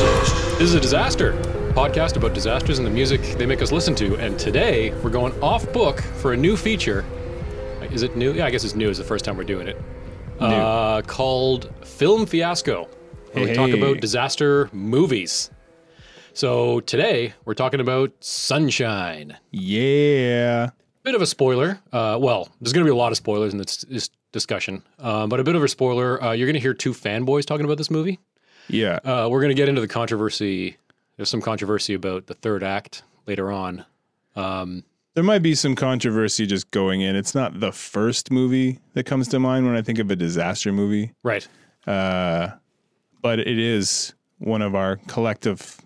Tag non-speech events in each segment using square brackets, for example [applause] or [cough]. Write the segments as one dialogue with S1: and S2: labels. S1: This is a disaster podcast about disasters and the music they make us listen to. And today we're going off book for a new feature. Is it new? Yeah, I guess it's new. It's the first time we're doing it. Uh, called Film Fiasco. Where we talk
S2: Hey.
S1: about disaster movies. So today we're talking about Sunshine.
S2: Yeah.
S1: Bit of a spoiler. Uh, well, there's going to be a lot of spoilers in this, this discussion, uh, but a bit of a spoiler. Uh, you're going to hear two fanboys talking about this movie.
S2: Yeah.
S1: Uh, we're going to get into the controversy. There's some controversy about the third act later on.
S2: there might be some controversy just going in. It's not the first movie that comes to mind when I think of a disaster movie,
S1: Right.
S2: but it is one of our collective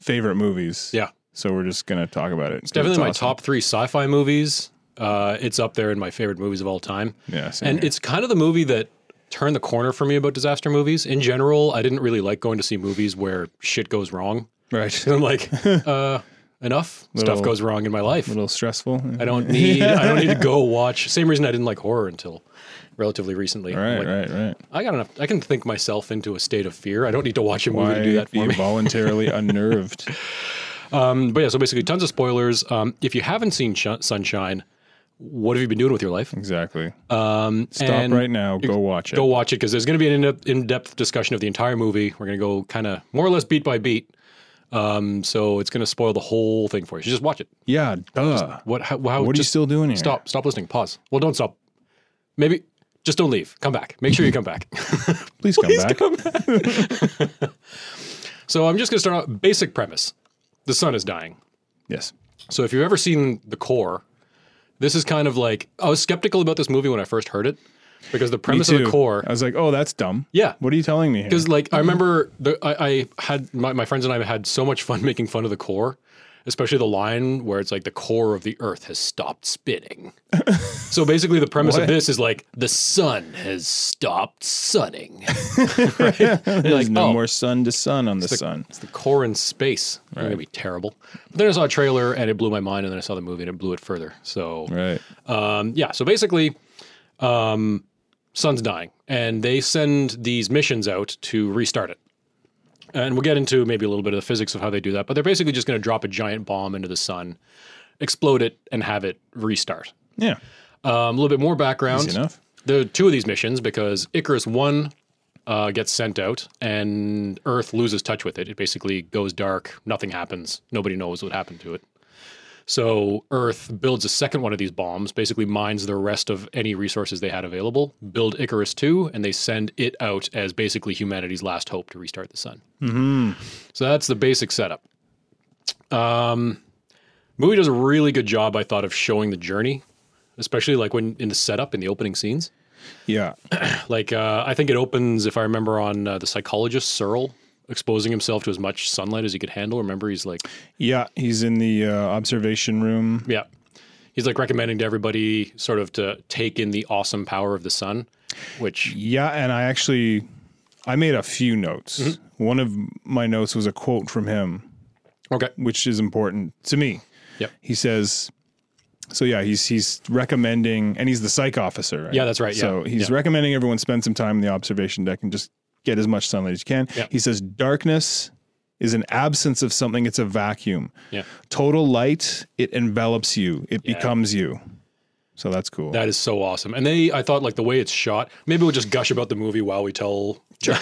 S2: favorite movies.
S1: Yeah.
S2: So we're just going to talk about it. It's
S1: Definitely my top three sci fi movies. Uh, it's up there in my favorite movies of all time.
S2: Yeah. same
S1: And
S2: here.
S1: it's kind of the movie that turned the corner for me about disaster movies. In general, I didn't really like going to see movies where shit goes wrong. [laughs]
S2: [laughs] right.
S1: I'm like, uh, enough
S2: Little-
S1: stuff goes wrong in my life.
S2: A little stressful.
S1: I
S2: [laughs]
S1: don't need I don't need to go watch. Same reason I didn't like horror until relatively recently. I'm
S2: Right,
S1: like,
S2: right, right.
S1: I got enough. I can think myself into a state of fear. I don't need to watch a movie
S2: Why
S1: to do that
S2: be
S1: for me. [laughs]
S2: voluntarily unnerved?
S1: Um, but yeah, so basically, tons of spoilers. Um, if you haven't seen Sh- Sunshine, what have you been doing with your life?
S2: Exactly.
S1: Um,
S2: Stop
S1: and
S2: right now. Go watch it.
S1: Go watch it because there's going to be an in-depth, in-depth discussion of the entire movie. We're going to go kind of more or less beat by beat. Um, so it's going to spoil the whole thing for you. So just watch it.
S2: yeah, duh.
S1: What? How? how
S2: What are you
S1: just
S2: still doing here?
S1: Stop. Stop listening. Pause. Well, don't stop. Maybe just don't leave. Come back. Make sure you come back. [laughs]
S2: Please come back.
S1: so I'm just going to start out. Basic premise: the sun is dying.
S2: Yes.
S1: So if you've ever seen The Core, this is kind of like I was skeptical about this movie when I first heard it because the premise of The
S2: Too. Mm-hmm.
S1: Core.
S2: I was like, oh, that's dumb.
S1: Yeah.
S2: What are you telling me here?
S1: Because like I remember, the, I, I had my, my friends and I had so much fun [laughs] making fun of the core, especially the line where it's like the core of the Earth has stopped spinning.
S2: [laughs]
S1: so basically, the premise of
S2: What?
S1: this is like the sun has stopped sunning. Right?
S2: [laughs]
S1: You're
S2: There's
S1: like,
S2: no
S1: "Oh,
S2: more sun to sun on the, sun.
S1: It's the core in space. It's gonna be terrible. But then I saw a trailer and it blew my mind, and then I saw the movie and it blew it further. So
S2: Right.
S1: Um, yeah, so basically, um, sun's dying, and they send these missions out to restart it. And we'll get into maybe a little bit of the physics of how they do that, but they're basically just going to drop a giant bomb into the sun, explode it, and have it restart.
S2: Yeah.
S1: Um, a little bit more background.
S2: Easy enough.
S1: There are two of these missions because Icarus 1 uh, gets sent out and Earth loses touch with it. It basically goes dark, nothing happens, nobody knows what happened to it. So Earth builds a second one of these bombs, basically mines the rest of any resources they had available, build Icarus 2, and they send it out as basically humanity's last hope to restart the sun. Mm-hmm. So that's the basic setup. Um, movie does a really good job, I thought, of showing the journey, especially like when in the setup in the opening scenes.
S2: Yeah.
S1: Like uh, I think it opens, if I remember, on uh, the psychologist Searle exposing himself to as much sunlight as he could handle. Remember, he's like,
S2: Yeah. He's in the uh, observation room.
S1: yeah, he's like recommending to everybody sort of to take in the awesome power of the sun, which
S2: Yeah. And I actually, I made a few notes. One of my notes was a quote from him,
S1: okay,
S2: which is important to me.
S1: Yep.
S2: He says, so yeah, he's he's recommending, and he's the psych officer, right?
S1: Yeah, that's right, yeah.
S2: So he's
S1: Yeah.
S2: recommending everyone spend some time in the observation deck and just get as much sunlight as you can.
S1: Yeah.
S2: He says darkness is an absence of something; it's a vacuum.
S1: yeah,
S2: total light it envelops you it becomes you so that's cool
S1: that is so awesome. And they, I thought like the way it's shot. Maybe we'll just gush about the movie while we tell. [laughs] I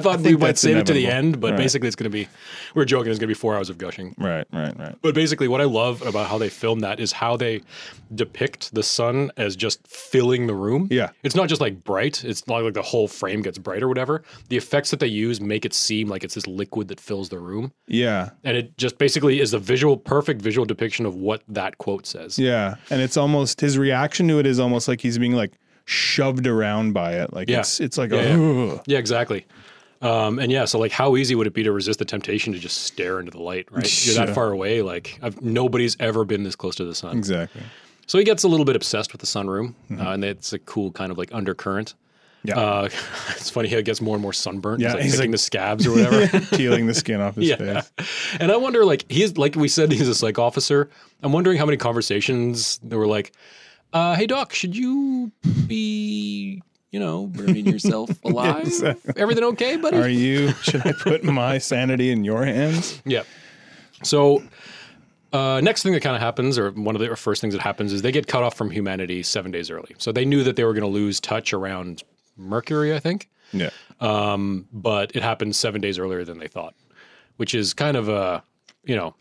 S1: thought we might
S2: that's
S1: save it to the
S2: inevitable.
S1: end, but
S2: Right.
S1: basically it's going to be. We're joking. It's going to be four hours of gushing.
S2: right right right
S1: But basically, what I love about how they film that is how they depict the sun as just filling the room.
S2: Yeah.
S1: It's not just like bright, it's not like the whole frame gets bright or whatever. The effects that they use make it seem like it's this liquid that fills the room.
S2: yeah
S1: And it just basically is the visual, perfect visual depiction of what that quote says.
S2: yeah and it's almost his reaction to it is almost like he's being like shoved around by it like
S1: Yeah.
S2: it's it's like
S1: Yeah, yeah.
S2: "Ugh."
S1: Yeah, exactly. Um, and yeah, so like, how easy would it be to resist the temptation to just stare into the light,
S2: [laughs]
S1: right? You're that
S2: Yeah.
S1: far away. Like, I've, nobody's ever been this close to the sun.
S2: [gasps] exactly
S1: So he gets a little bit obsessed with the sunroom,
S2: Mm-hmm.
S1: uh, and it's a cool kind of like undercurrent.
S2: yeah
S1: Uh, [laughs] it's funny how it gets more and more sunburnt.
S2: Yeah,
S1: he's like
S2: he's
S1: picking
S2: like-
S1: the scabs or
S2: [laughs]
S1: whatever.
S2: [laughs] peeling the skin off his
S1: [laughs] yeah,
S2: face
S1: and I wonder, like he's like we said, he's a psych officer. I'm wondering how many conversations there were like, uh, "Hey doc, should you be
S3: you know, burning
S2: [laughs]
S3: yourself alive. Everything okay, buddy?
S2: Are you? Should I put my sanity in your hands?
S1: Yeah. So, uh, next thing that kind of happens, or one of the first things that happens, is they get cut off from humanity seven days early. So they knew that they were going to lose touch around Mercury, I think,
S2: Yeah.
S1: but it happened seven days earlier than they thought, which is kind of a, you know,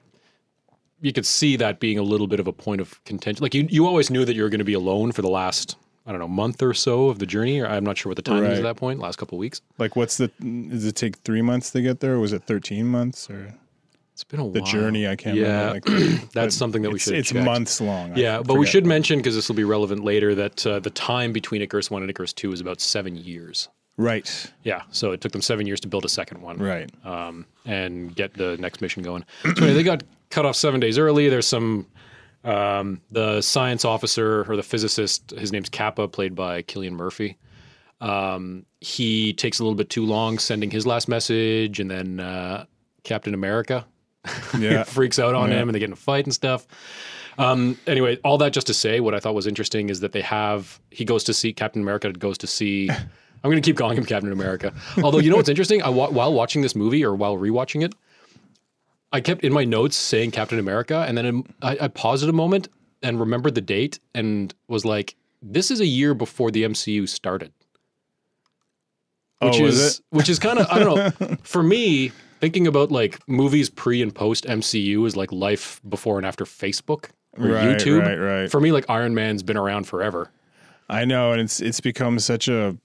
S1: you could see that being a little bit of a point of contention. Like you, you always knew that you were going to be alone for the last, I don't know, month or so of the journey. Or I'm not sure what the time is
S2: Right.
S1: at that point. Last couple of weeks.
S2: Like, what's the? Does it take three months to get there? Or was it thirteen months or
S1: It's been a
S2: the journey? I can't
S1: Yeah.
S2: remember. Like,
S1: That's [clears throat] something that we
S2: it's,
S1: should. have
S2: It's
S1: checked.
S2: months long. I
S1: Yeah, but we
S2: forget.
S1: should mention because this will be relevant later that uh, the time between Icarus One and Icarus Two is about seven years.
S2: Right.
S1: Yeah, so it took them seven years to build a second one,
S2: Right.
S1: Um, and get the next mission going. So anyway, they got cut off seven days early. There's some um, the science officer or the physicist. His name's Kappa, played by Killian Murphy. Um, he takes a little bit too long sending his last message, and then uh, Captain America
S2: [laughs] Yeah.
S1: freaks out on
S2: Yeah.
S1: him and they get in a fight and stuff. Um, anyway, all that just to say, what I thought was interesting is that they have he goes to see Captain America goes to
S2: [laughs]
S1: see. I'm going to keep calling him Captain America. Although you know what's interesting, I wa- while watching this movie or while rewatching it, I kept in my notes saying Captain America, and then I, I paused it a moment and remembered the date and was like, "This is a year before the MCU started." which
S2: Oh,
S1: is,
S2: is
S1: which is kind of I don't
S2: [laughs]
S1: know. For me, thinking about like movies pre and post MCU is like life before and after Facebook or
S2: Right,
S1: YouTube.
S2: right, right.
S1: For me, like Iron Man's been around forever.
S2: I know, and it's it's become such a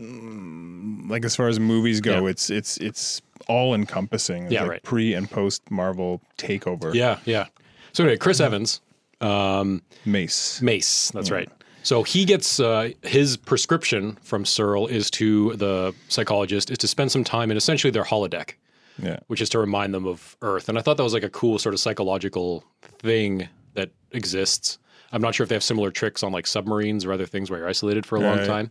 S2: mm, like as far as movies go,
S1: Yeah.
S2: it's it's it's all encompassing.
S1: Yeah,
S2: like
S1: right.
S2: Pre and post Marvel takeover.
S1: Yeah, yeah. So anyway, Chris
S2: Mm-hmm.
S1: Evans,
S2: Mace.
S1: Mace. That's right. So he gets uh, his prescription from Searle is to the psychologist is to spend some time in essentially their holodeck.
S2: Yeah.
S1: which is to remind them of Earth. And I thought that was like a cool sort of psychological thing that exists. I'm not sure if they have similar tricks on like submarines or other things where you're isolated for a long
S2: Right.
S1: time,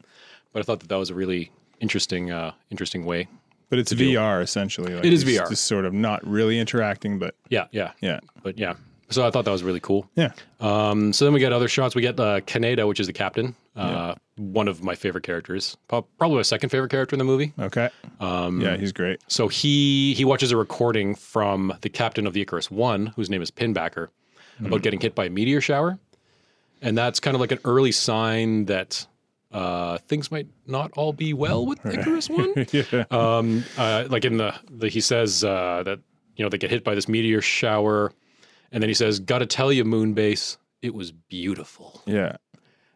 S1: but I thought that that was a really interesting, uh, interesting way.
S2: But it's VR essentially. Like
S1: It is
S2: it's
S1: VR.
S2: Just sort of not really interacting, but
S1: Yeah, yeah,
S2: yeah,
S1: But yeah, so I thought that was really cool.
S2: yeah.
S1: Um, so then we get other shots. We get uh, Kaneda, which is the captain, uh, one of my favorite characters, Prob- probably my second favorite character in the movie.
S2: Okay. Um, yeah, he's great.
S1: So he he watches a recording from the captain of the Icarus One, whose name is Pinbacker,
S2: Mm-hmm.
S1: about getting hit by a meteor shower, and that's kind of like an early sign that uh, things might not all be well with Icarus One.
S2: [laughs] yeah.
S1: um, uh, like in the, the he says uh, that you know they get hit by this meteor shower, and then he says, "Gotta tell you, Moonbase, it was beautiful."
S2: Yeah.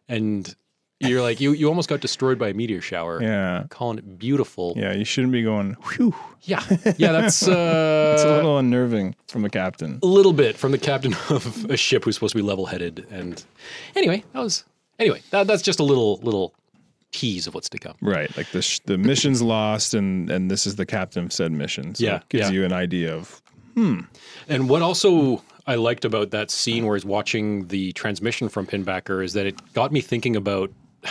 S1: And you're like, you you almost got destroyed by a meteor shower.
S2: Yeah.
S1: Calling it beautiful.
S2: Yeah. You shouldn't be going, whew.
S1: Yeah, yeah,
S2: [laughs]
S1: that's uh,
S2: It's a little unnerving from a captain.
S1: a little bit from the captain [laughs] of a ship who's supposed to be level-headed and anyway that was anyway that, that's just a little little tease of what's to come
S2: Right. Like the sh- the mission's lost and and this is the captain of said mission. So
S1: Yeah,
S2: it gives
S1: yeah.
S2: you an idea of
S1: and what also i liked about that scene where he's watching the transmission from pinbacker is that it got me thinking about [sighs]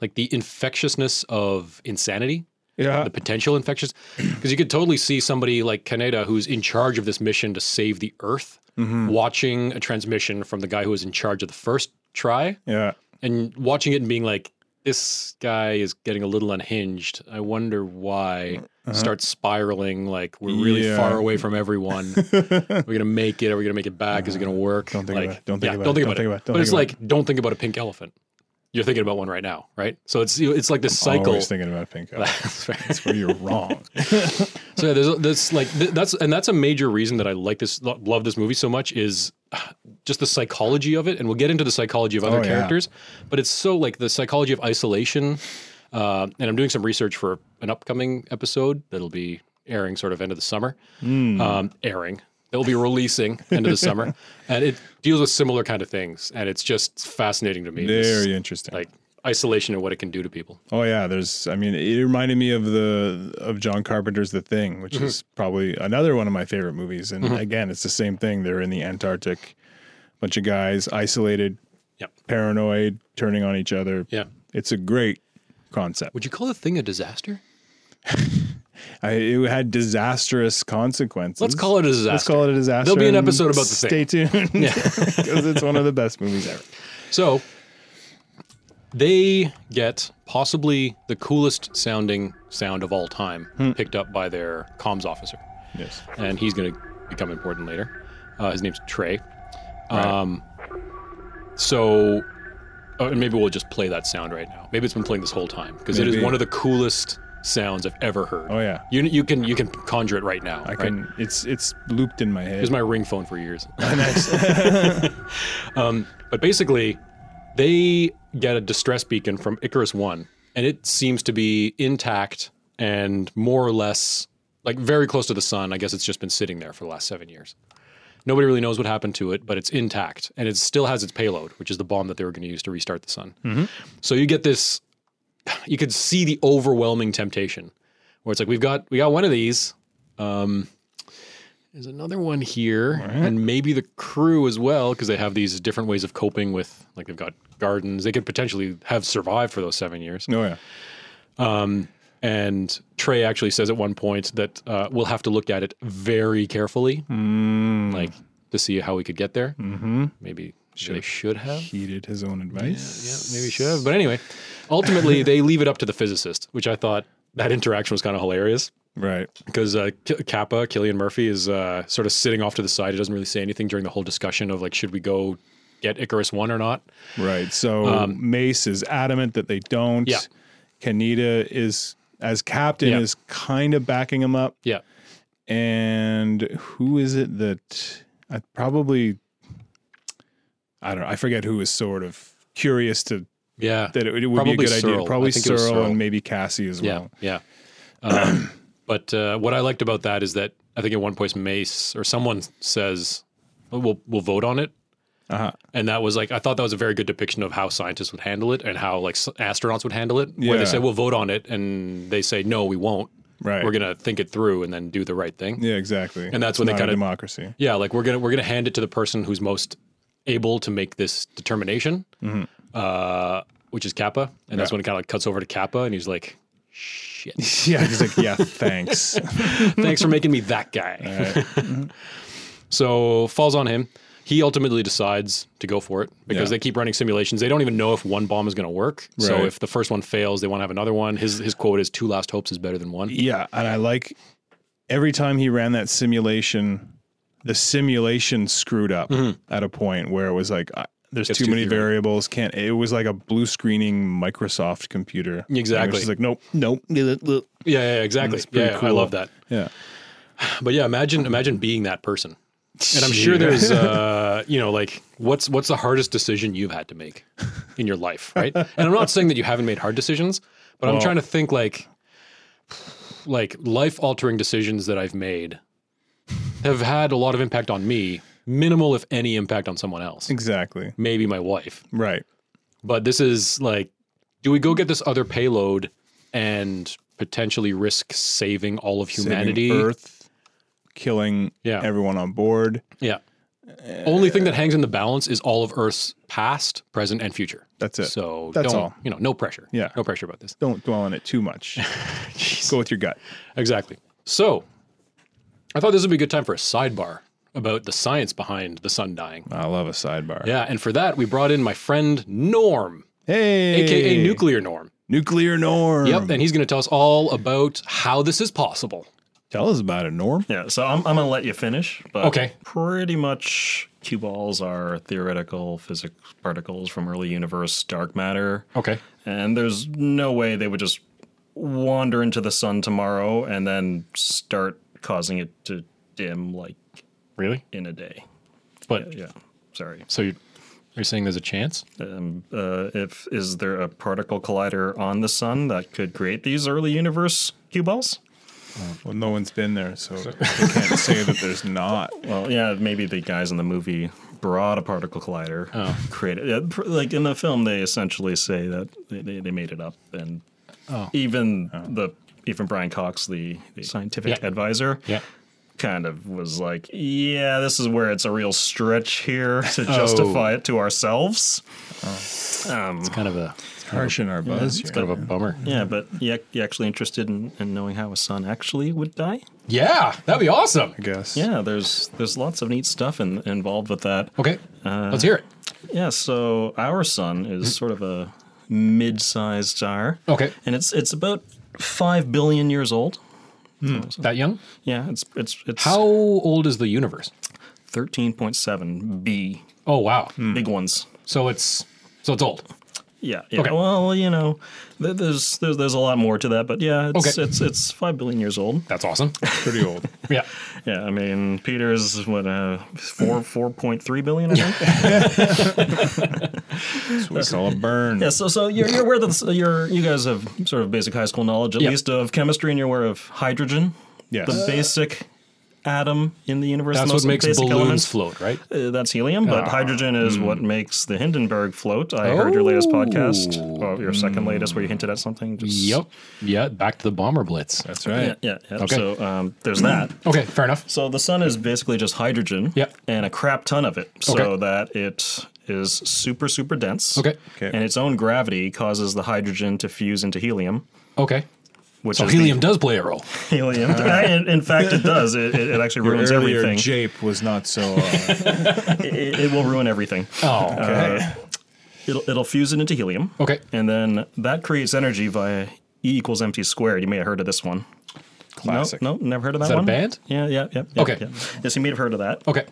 S1: like the infectiousness of insanity
S2: Yeah.
S1: the potential infectious [clears throat] because you could totally see somebody like Kaneda who's in charge of this mission to save the earth
S2: mm-hmm. Hmm.
S1: watching a transmission from the guy who was in charge of the first try
S2: Yeah.
S1: and watching it and being like, this guy is getting a little unhinged. I wonder why. Starts spiraling like we're really
S2: Uh-huh. Yeah.
S1: far away
S2: [laughs]
S1: from everyone. we're gonna make it. Are we gonna make it back? Is it gonna work?
S2: Uh-huh. Don't think
S1: like,
S2: about it. Don't think about
S1: don't
S2: it.
S1: think about
S2: Don't think
S1: it.
S2: about it. Don't
S1: but it's
S2: think
S1: like don't think about a pink elephant. You're thinking about one right now, right? So it's it's like this [laughs] cycle.
S2: Always thinking about
S1: [laughs]
S2: Pinko.
S1: That's right.
S2: That's where you're wrong.
S1: [laughs] So yeah, there's that's like th- that's and that's a major reason that I like this lo- love this movie so much is [sighs] ah, just the psychology of it, and we'll get into the psychology of other
S2: Oh, yeah.
S1: characters, but it's so like the psychology of isolation. Uh, and I'm doing some research for an upcoming episode that'll be airing sort of end of the summer.
S2: Hmm.
S1: Um, airing that will be releasing end of the
S2: [laughs]
S1: summer, and it deals with similar kind of things, and it's just fascinating to me. This,
S2: Very interesting.
S1: like isolation and what it can do to people.
S2: oh yeah, there's. I mean, it reminded me of the of John Carpenter's The Thing,
S1: Mm-hmm.
S2: which is probably another one of my favorite movies. And again, it's the same thing. They're in the Antarctic, bunch of guys isolated,
S1: Yep.
S2: paranoid, turning on each other.
S1: Yeah.
S2: It's a great concept.
S1: Would you call the thing a disaster?
S2: I, it had disastrous consequences.
S1: Let's call it a disaster.
S2: Let's call it a disaster.
S1: There'll be an
S2: and
S1: episode about The
S2: [laughs] Stay tuned.
S1: Yeah. [laughs]
S2: because it's one of the best movies ever.
S1: So They get possibly the coolest sounding sound of all time,
S2: Hmm.
S1: picked up by their comms officer,
S2: Yes.
S1: and he's going to become important later. Uh, his name's Trey. Um, so, uh, and maybe we'll just play that sound right now. Maybe it's been playing this whole time because it is
S2: Maybe.
S1: one of the coolest sounds I've ever heard.
S2: Oh yeah.
S1: You you can you can conjure it right now.
S2: I
S1: right?
S2: can. It's it's looped in my
S1: It was
S2: head.
S1: my ring phone for years. [laughs] um, but basically, they get a distress beacon from Icarus One, and it seems to be intact and more or less like very close to the sun. I guess it's just been sitting there for the last seven years. Nobody really knows what happened to it, but it's intact and it still has its payload, which is the bomb that they were going to use to restart the sun. So you get this. You could see the overwhelming temptation, where it's like we've got we got one of these. Um, there's another one here, and maybe the crew as well, because they have these different ways of coping with, like they've got gardens. They could potentially have survived for those seven years.
S2: Oh yeah.
S1: And Trey actually says at one point that uh, we'll have to look at it very carefully, like to see how we could get there. Hmm. Mm-hmm. Maybe they should have.
S2: Heeded his own
S1: Yeah,
S2: advice.
S1: maybe should have. But anyway, ultimately they leave it up to the physicist, which I thought that interaction was kind of hilarious
S2: Right.
S1: because uh, K- Kappa, Killian Murphy, is uh, sort of sitting off to the side. He doesn't really say anything during the whole discussion of like, should we go get Icarus One or not?
S2: Right. So Mace is adamant that they don't.
S1: Um, Yeah.
S2: Kaneda is as captain
S1: Yeah.
S2: is kind of backing him up,
S1: Yeah,
S2: and who is it that I probably I don't know. I forget who is sort of curious to
S1: yeah,
S2: that it, it would be
S1: Probably
S2: a good
S1: Searle.
S2: idea.
S1: I
S2: Probably
S1: think it was
S2: Searle,
S1: Searle.
S2: and maybe Cassie as
S1: yeah,
S2: well.
S1: yeah. Um, [clears throat] but uh, what I liked about that is that I think at one point Mace or someone says, "Oh, "We'll we'll vote on it."
S2: Uh-huh.
S1: And that was like I thought that was a very good depiction of how scientists would handle it and how like s- astronauts would handle it. Where
S2: Yeah.
S1: they say we'll vote on it and they say no, we won't.
S2: Right.
S1: We're gonna think it through and then do the right thing.
S2: yeah, exactly.
S1: And that's
S2: It's
S1: when they
S2: not a
S1: kinda-
S2: democracy.
S1: Yeah, like we're gonna we're gonna hand it to the person who's most able to make this determination,
S2: Mm-hmm.
S1: uh, which is Kappa, and that's
S2: Yeah.
S1: when it kind of like cuts over to Kappa, and he's like,
S2: [laughs]
S1: "Shit,
S2: Yeah, he's like,
S1: [laughs]
S2: yeah, thanks.
S1: thanks for making me that guy." [laughs] so falls on him. He ultimately decides to go for it because
S2: Yeah.
S1: they keep running simulations. They don't even know if one bomb is going to work. So
S2: Right.
S1: if the first one fails, they want to have another one. His his quote is two last hopes is better than one.
S2: Yeah, and I like every time he ran that simulation, the simulation screwed up at a point where it was like uh, there's
S1: It's Mm-hmm.
S2: too
S1: too
S2: many
S1: theory.
S2: variables. Can't it was like a blue screening Microsoft computer. And it was
S1: Exactly.
S2: just like nope, nope. [laughs] bleh, bleh, bleh.
S1: Yeah, yeah, yeah, exactly.
S2: That's pretty
S1: Yeah, I
S2: cool.
S1: love that.
S2: Yeah,
S1: But yeah, imagine imagine being that person. And I'm sure there's,
S2: [laughs]
S1: uh, you know, like what's what's the hardest decision you've had to make in your life, right? And I'm not saying that you haven't made hard decisions, but I'm
S2: Well-
S1: trying to think like, like life altering decisions that I've made have had a lot of impact on me, minimal if any impact on someone else.
S2: exactly.
S1: Maybe my wife,
S2: Right.
S1: but this is like, do we go get this other payload and potentially risk saving all of
S2: Saving
S1: humanity?
S2: Earth, killing
S1: Yeah.
S2: everyone on board.
S1: Yeah. Only thing that hangs in the balance is all of Earth's past, present, and future.
S2: That's it.
S1: So
S2: That's
S1: don't,
S2: all.
S1: You know, no pressure.
S2: Yeah.
S1: No pressure about this.
S2: Don't dwell on it
S1: [laughs]
S2: too much. Go with your gut.
S1: Exactly. So I thought this would be a good time for a sidebar about the science behind the sun dying.
S2: I love a sidebar.
S1: Yeah. And for that, we brought in my friend Norm,
S2: Hey,
S1: AKA Nuclear Norm.
S2: nuclear norm.
S1: Yep. And he's going to tell us all about how this is possible.
S2: Tell us about it, Norm.
S4: Yeah, so I'm, I'm gonna let you finish, but
S1: Okay.
S4: pretty much cue balls are theoretical physics particles from early universe dark matter.
S1: Okay.
S4: And there's no way they would just wander into the sun tomorrow and then start causing it to dim like
S1: Really?
S4: in a day.
S1: But
S4: Yeah, sorry.
S1: so you're, are you saying there's a chance?
S4: Um, uh, if is there a particle collider on the sun that could create these early universe cue balls?
S2: Well, no one's been there, so [laughs] I can't say that there's not.
S4: Well, yeah, maybe the guys in the movie brought a particle collider.
S1: Oh.
S4: Created yeah, pr- like in the film, they essentially say that they, they, they made it up, and
S1: Oh.
S4: even the even Brian Cox, the, the scientific
S1: Yeah.
S4: advisor,
S1: Yeah.
S4: kind of was like, yeah, this is where it's a real stretch here [laughs] to
S1: Oh.
S4: justify it to ourselves. Um,
S1: Kind of a,
S2: Harsh in our buzz.
S1: it's kind of a bummer.
S4: yeah, but you, ac- you actually interested in, in knowing how a sun actually would die?
S1: Yeah. That'd be awesome.
S2: I guess.
S4: Yeah, there's there's lots of neat stuff in, involved with that.
S1: Okay. Let's hear it.
S4: Yeah, so our sun is sort of a mid-sized star,
S1: Mm-hmm. Okay.
S4: and it's it's about five billion years old.
S1: That young?
S4: Yeah, it's it's it's
S1: How old is the universe?
S4: thirteen point seven B
S1: Oh wow.
S4: big ones.
S1: So it's so it's old.
S4: Yeah, yeah.
S1: Okay.
S4: Well, you know, th- there's, there's there's a lot more to that, but yeah, it's
S1: Okay.
S4: it's it's five billion years old.
S1: That's
S4: [laughs]
S1: awesome.
S2: Pretty old.
S1: yeah.
S4: Yeah, I mean, Peter's what uh four four point three billion.
S1: [laughs]
S4: I think.
S2: That's what we call a burn.
S4: yeah, so so you're you're aware that this- you're you guys have sort of basic high school knowledge at
S1: Yeah.
S4: least of chemistry, and you're aware of hydrogen,
S2: Yes.
S4: the basic atom in the universe.
S1: That's
S4: the
S1: what
S4: most
S1: makes
S4: basic
S1: balloons
S4: element.
S1: float, right?
S4: Uh, that's helium,
S2: Ah.
S4: but hydrogen
S2: Hmm.
S4: is what makes the Hindenburg float. I heard your latest podcast,
S1: Oh.
S4: or your second latest, where you hinted at something. Just,
S1: Yep. Yeah, back to the bomber blitz.
S2: That's
S4: Yeah,
S2: right.
S4: yeah. yeah.
S1: Okay.
S4: So um, there's
S1: [clears throat]
S4: that.
S1: Okay, fair enough.
S4: So the sun is basically just hydrogen
S1: Yeah.
S4: and a crap ton of it, so
S1: Okay.
S4: that it is super, super dense.
S1: Okay.
S2: Okay.
S4: And its own gravity causes the hydrogen to fuse into helium,
S1: Okay.
S4: which
S1: So
S4: is
S1: helium does play a role.
S2: [laughs]
S4: The [laughs] helium. in, in fact, it does. It, it, it actually
S2: Your
S4: ruins
S2: earlier
S4: everything.
S2: jape was not so. Uh,
S4: it, it will ruin everything.
S1: Oh.
S4: Uh, it'll, it'll fuse it into helium.
S1: Okay.
S4: And then that creates energy via E equals mc squared. You may have heard of this one.
S2: classic.
S4: No, no, never heard of that
S1: that a
S4: one.
S1: band?
S4: Yeah, yeah, yeah. yeah,
S1: Okay.
S4: yeah. Yes, you may have heard of that.
S1: Okay.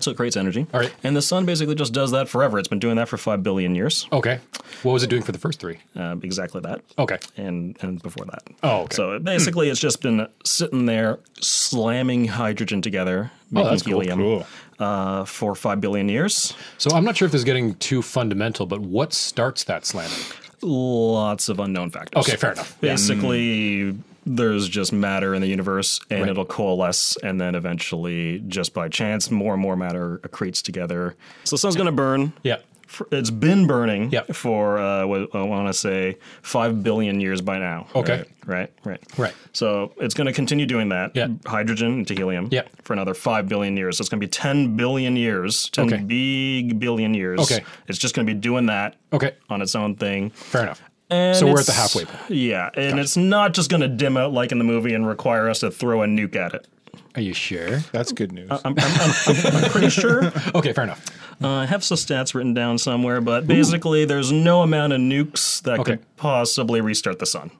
S4: So it creates energy.
S1: All right.
S4: And the sun basically just does that forever. It's been doing that for five billion years.
S1: Okay. What was it doing for the first three?
S4: Uh, exactly that.
S1: Okay.
S4: And and before that.
S1: Oh, okay.
S4: So it basically, it's just been sitting there slamming hydrogen together, making
S1: Oh, that's cool.
S4: helium
S2: Cool.
S4: Uh, for five billion years.
S1: So I'm not sure if this is getting too fundamental, but what starts that slamming?
S4: Lots of unknown factors.
S1: Okay, fair enough.
S4: Basically, there's just matter in the universe, and
S1: Right.
S4: it'll coalesce, and then eventually, just by chance, more and more matter accretes together. So the sun's going to burn.
S1: Yeah.
S4: For- It's been burning
S1: Yep.
S4: for uh, what I want to say five billion years by now.
S1: Okay.
S4: Right. Right.
S1: Right.
S4: So it's going to continue doing that.
S1: Yeah.
S4: Hydrogen into helium.
S1: Yeah.
S4: For another five billion years. So it's going to be ten billion years. Ten
S1: Okay.
S4: big billion years.
S1: Okay.
S4: It's just going to be doing that
S1: Okay.
S4: on its own thing.
S1: Fair enough.
S4: And
S1: So we're at the
S4: it's-
S1: halfway point.
S4: Yeah, and it's not just going to dim out like in the movie and require us to throw a nuke at it.
S1: Are you sure?
S2: That's good news.
S4: I'm, I'm, I'm, I'm pretty sure.
S1: Okay, fair enough.
S4: Uh, I have some stats written down somewhere, but basically, there's no amount of nukes that
S1: Okay.
S4: could possibly restart the sun.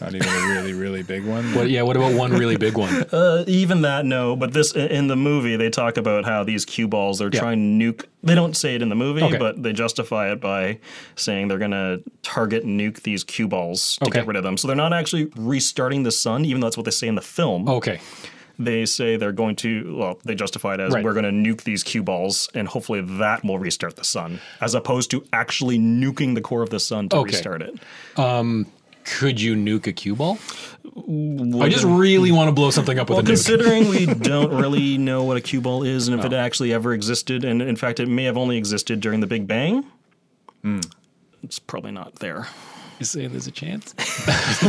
S2: not even a really, really big one.
S1: But yeah, what about one really big one?
S4: Uh, even that, no. But this in- in the movie, they talk about how these cue balls they're
S1: Yeah.
S4: trying to nuke. They don't say it in the movie,
S1: Okay.
S4: but they justify it by saying they're going to target nuke these cue balls to
S1: Okay.
S4: get rid of them. So they're not actually restarting the sun, even though that's what they say in the film.
S1: Okay.
S4: they say they're going to well they justify it as
S1: Right.
S4: we're going to nuke these cue balls and hopefully that will restart the sun as opposed to actually nuking the core of the sun to
S1: Okay.
S4: restart it
S1: Could you nuke a cue ball? I just really want to blow something up with
S4: well
S1: a nuke.
S4: considering we don't
S1: [laughs]
S4: really know what a cue ball is and if it actually ever existed and in fact it may have only existed during the big bang
S1: Hmm.
S4: it's probably
S1: [laughs]
S4: not there
S3: You saying there's a chance?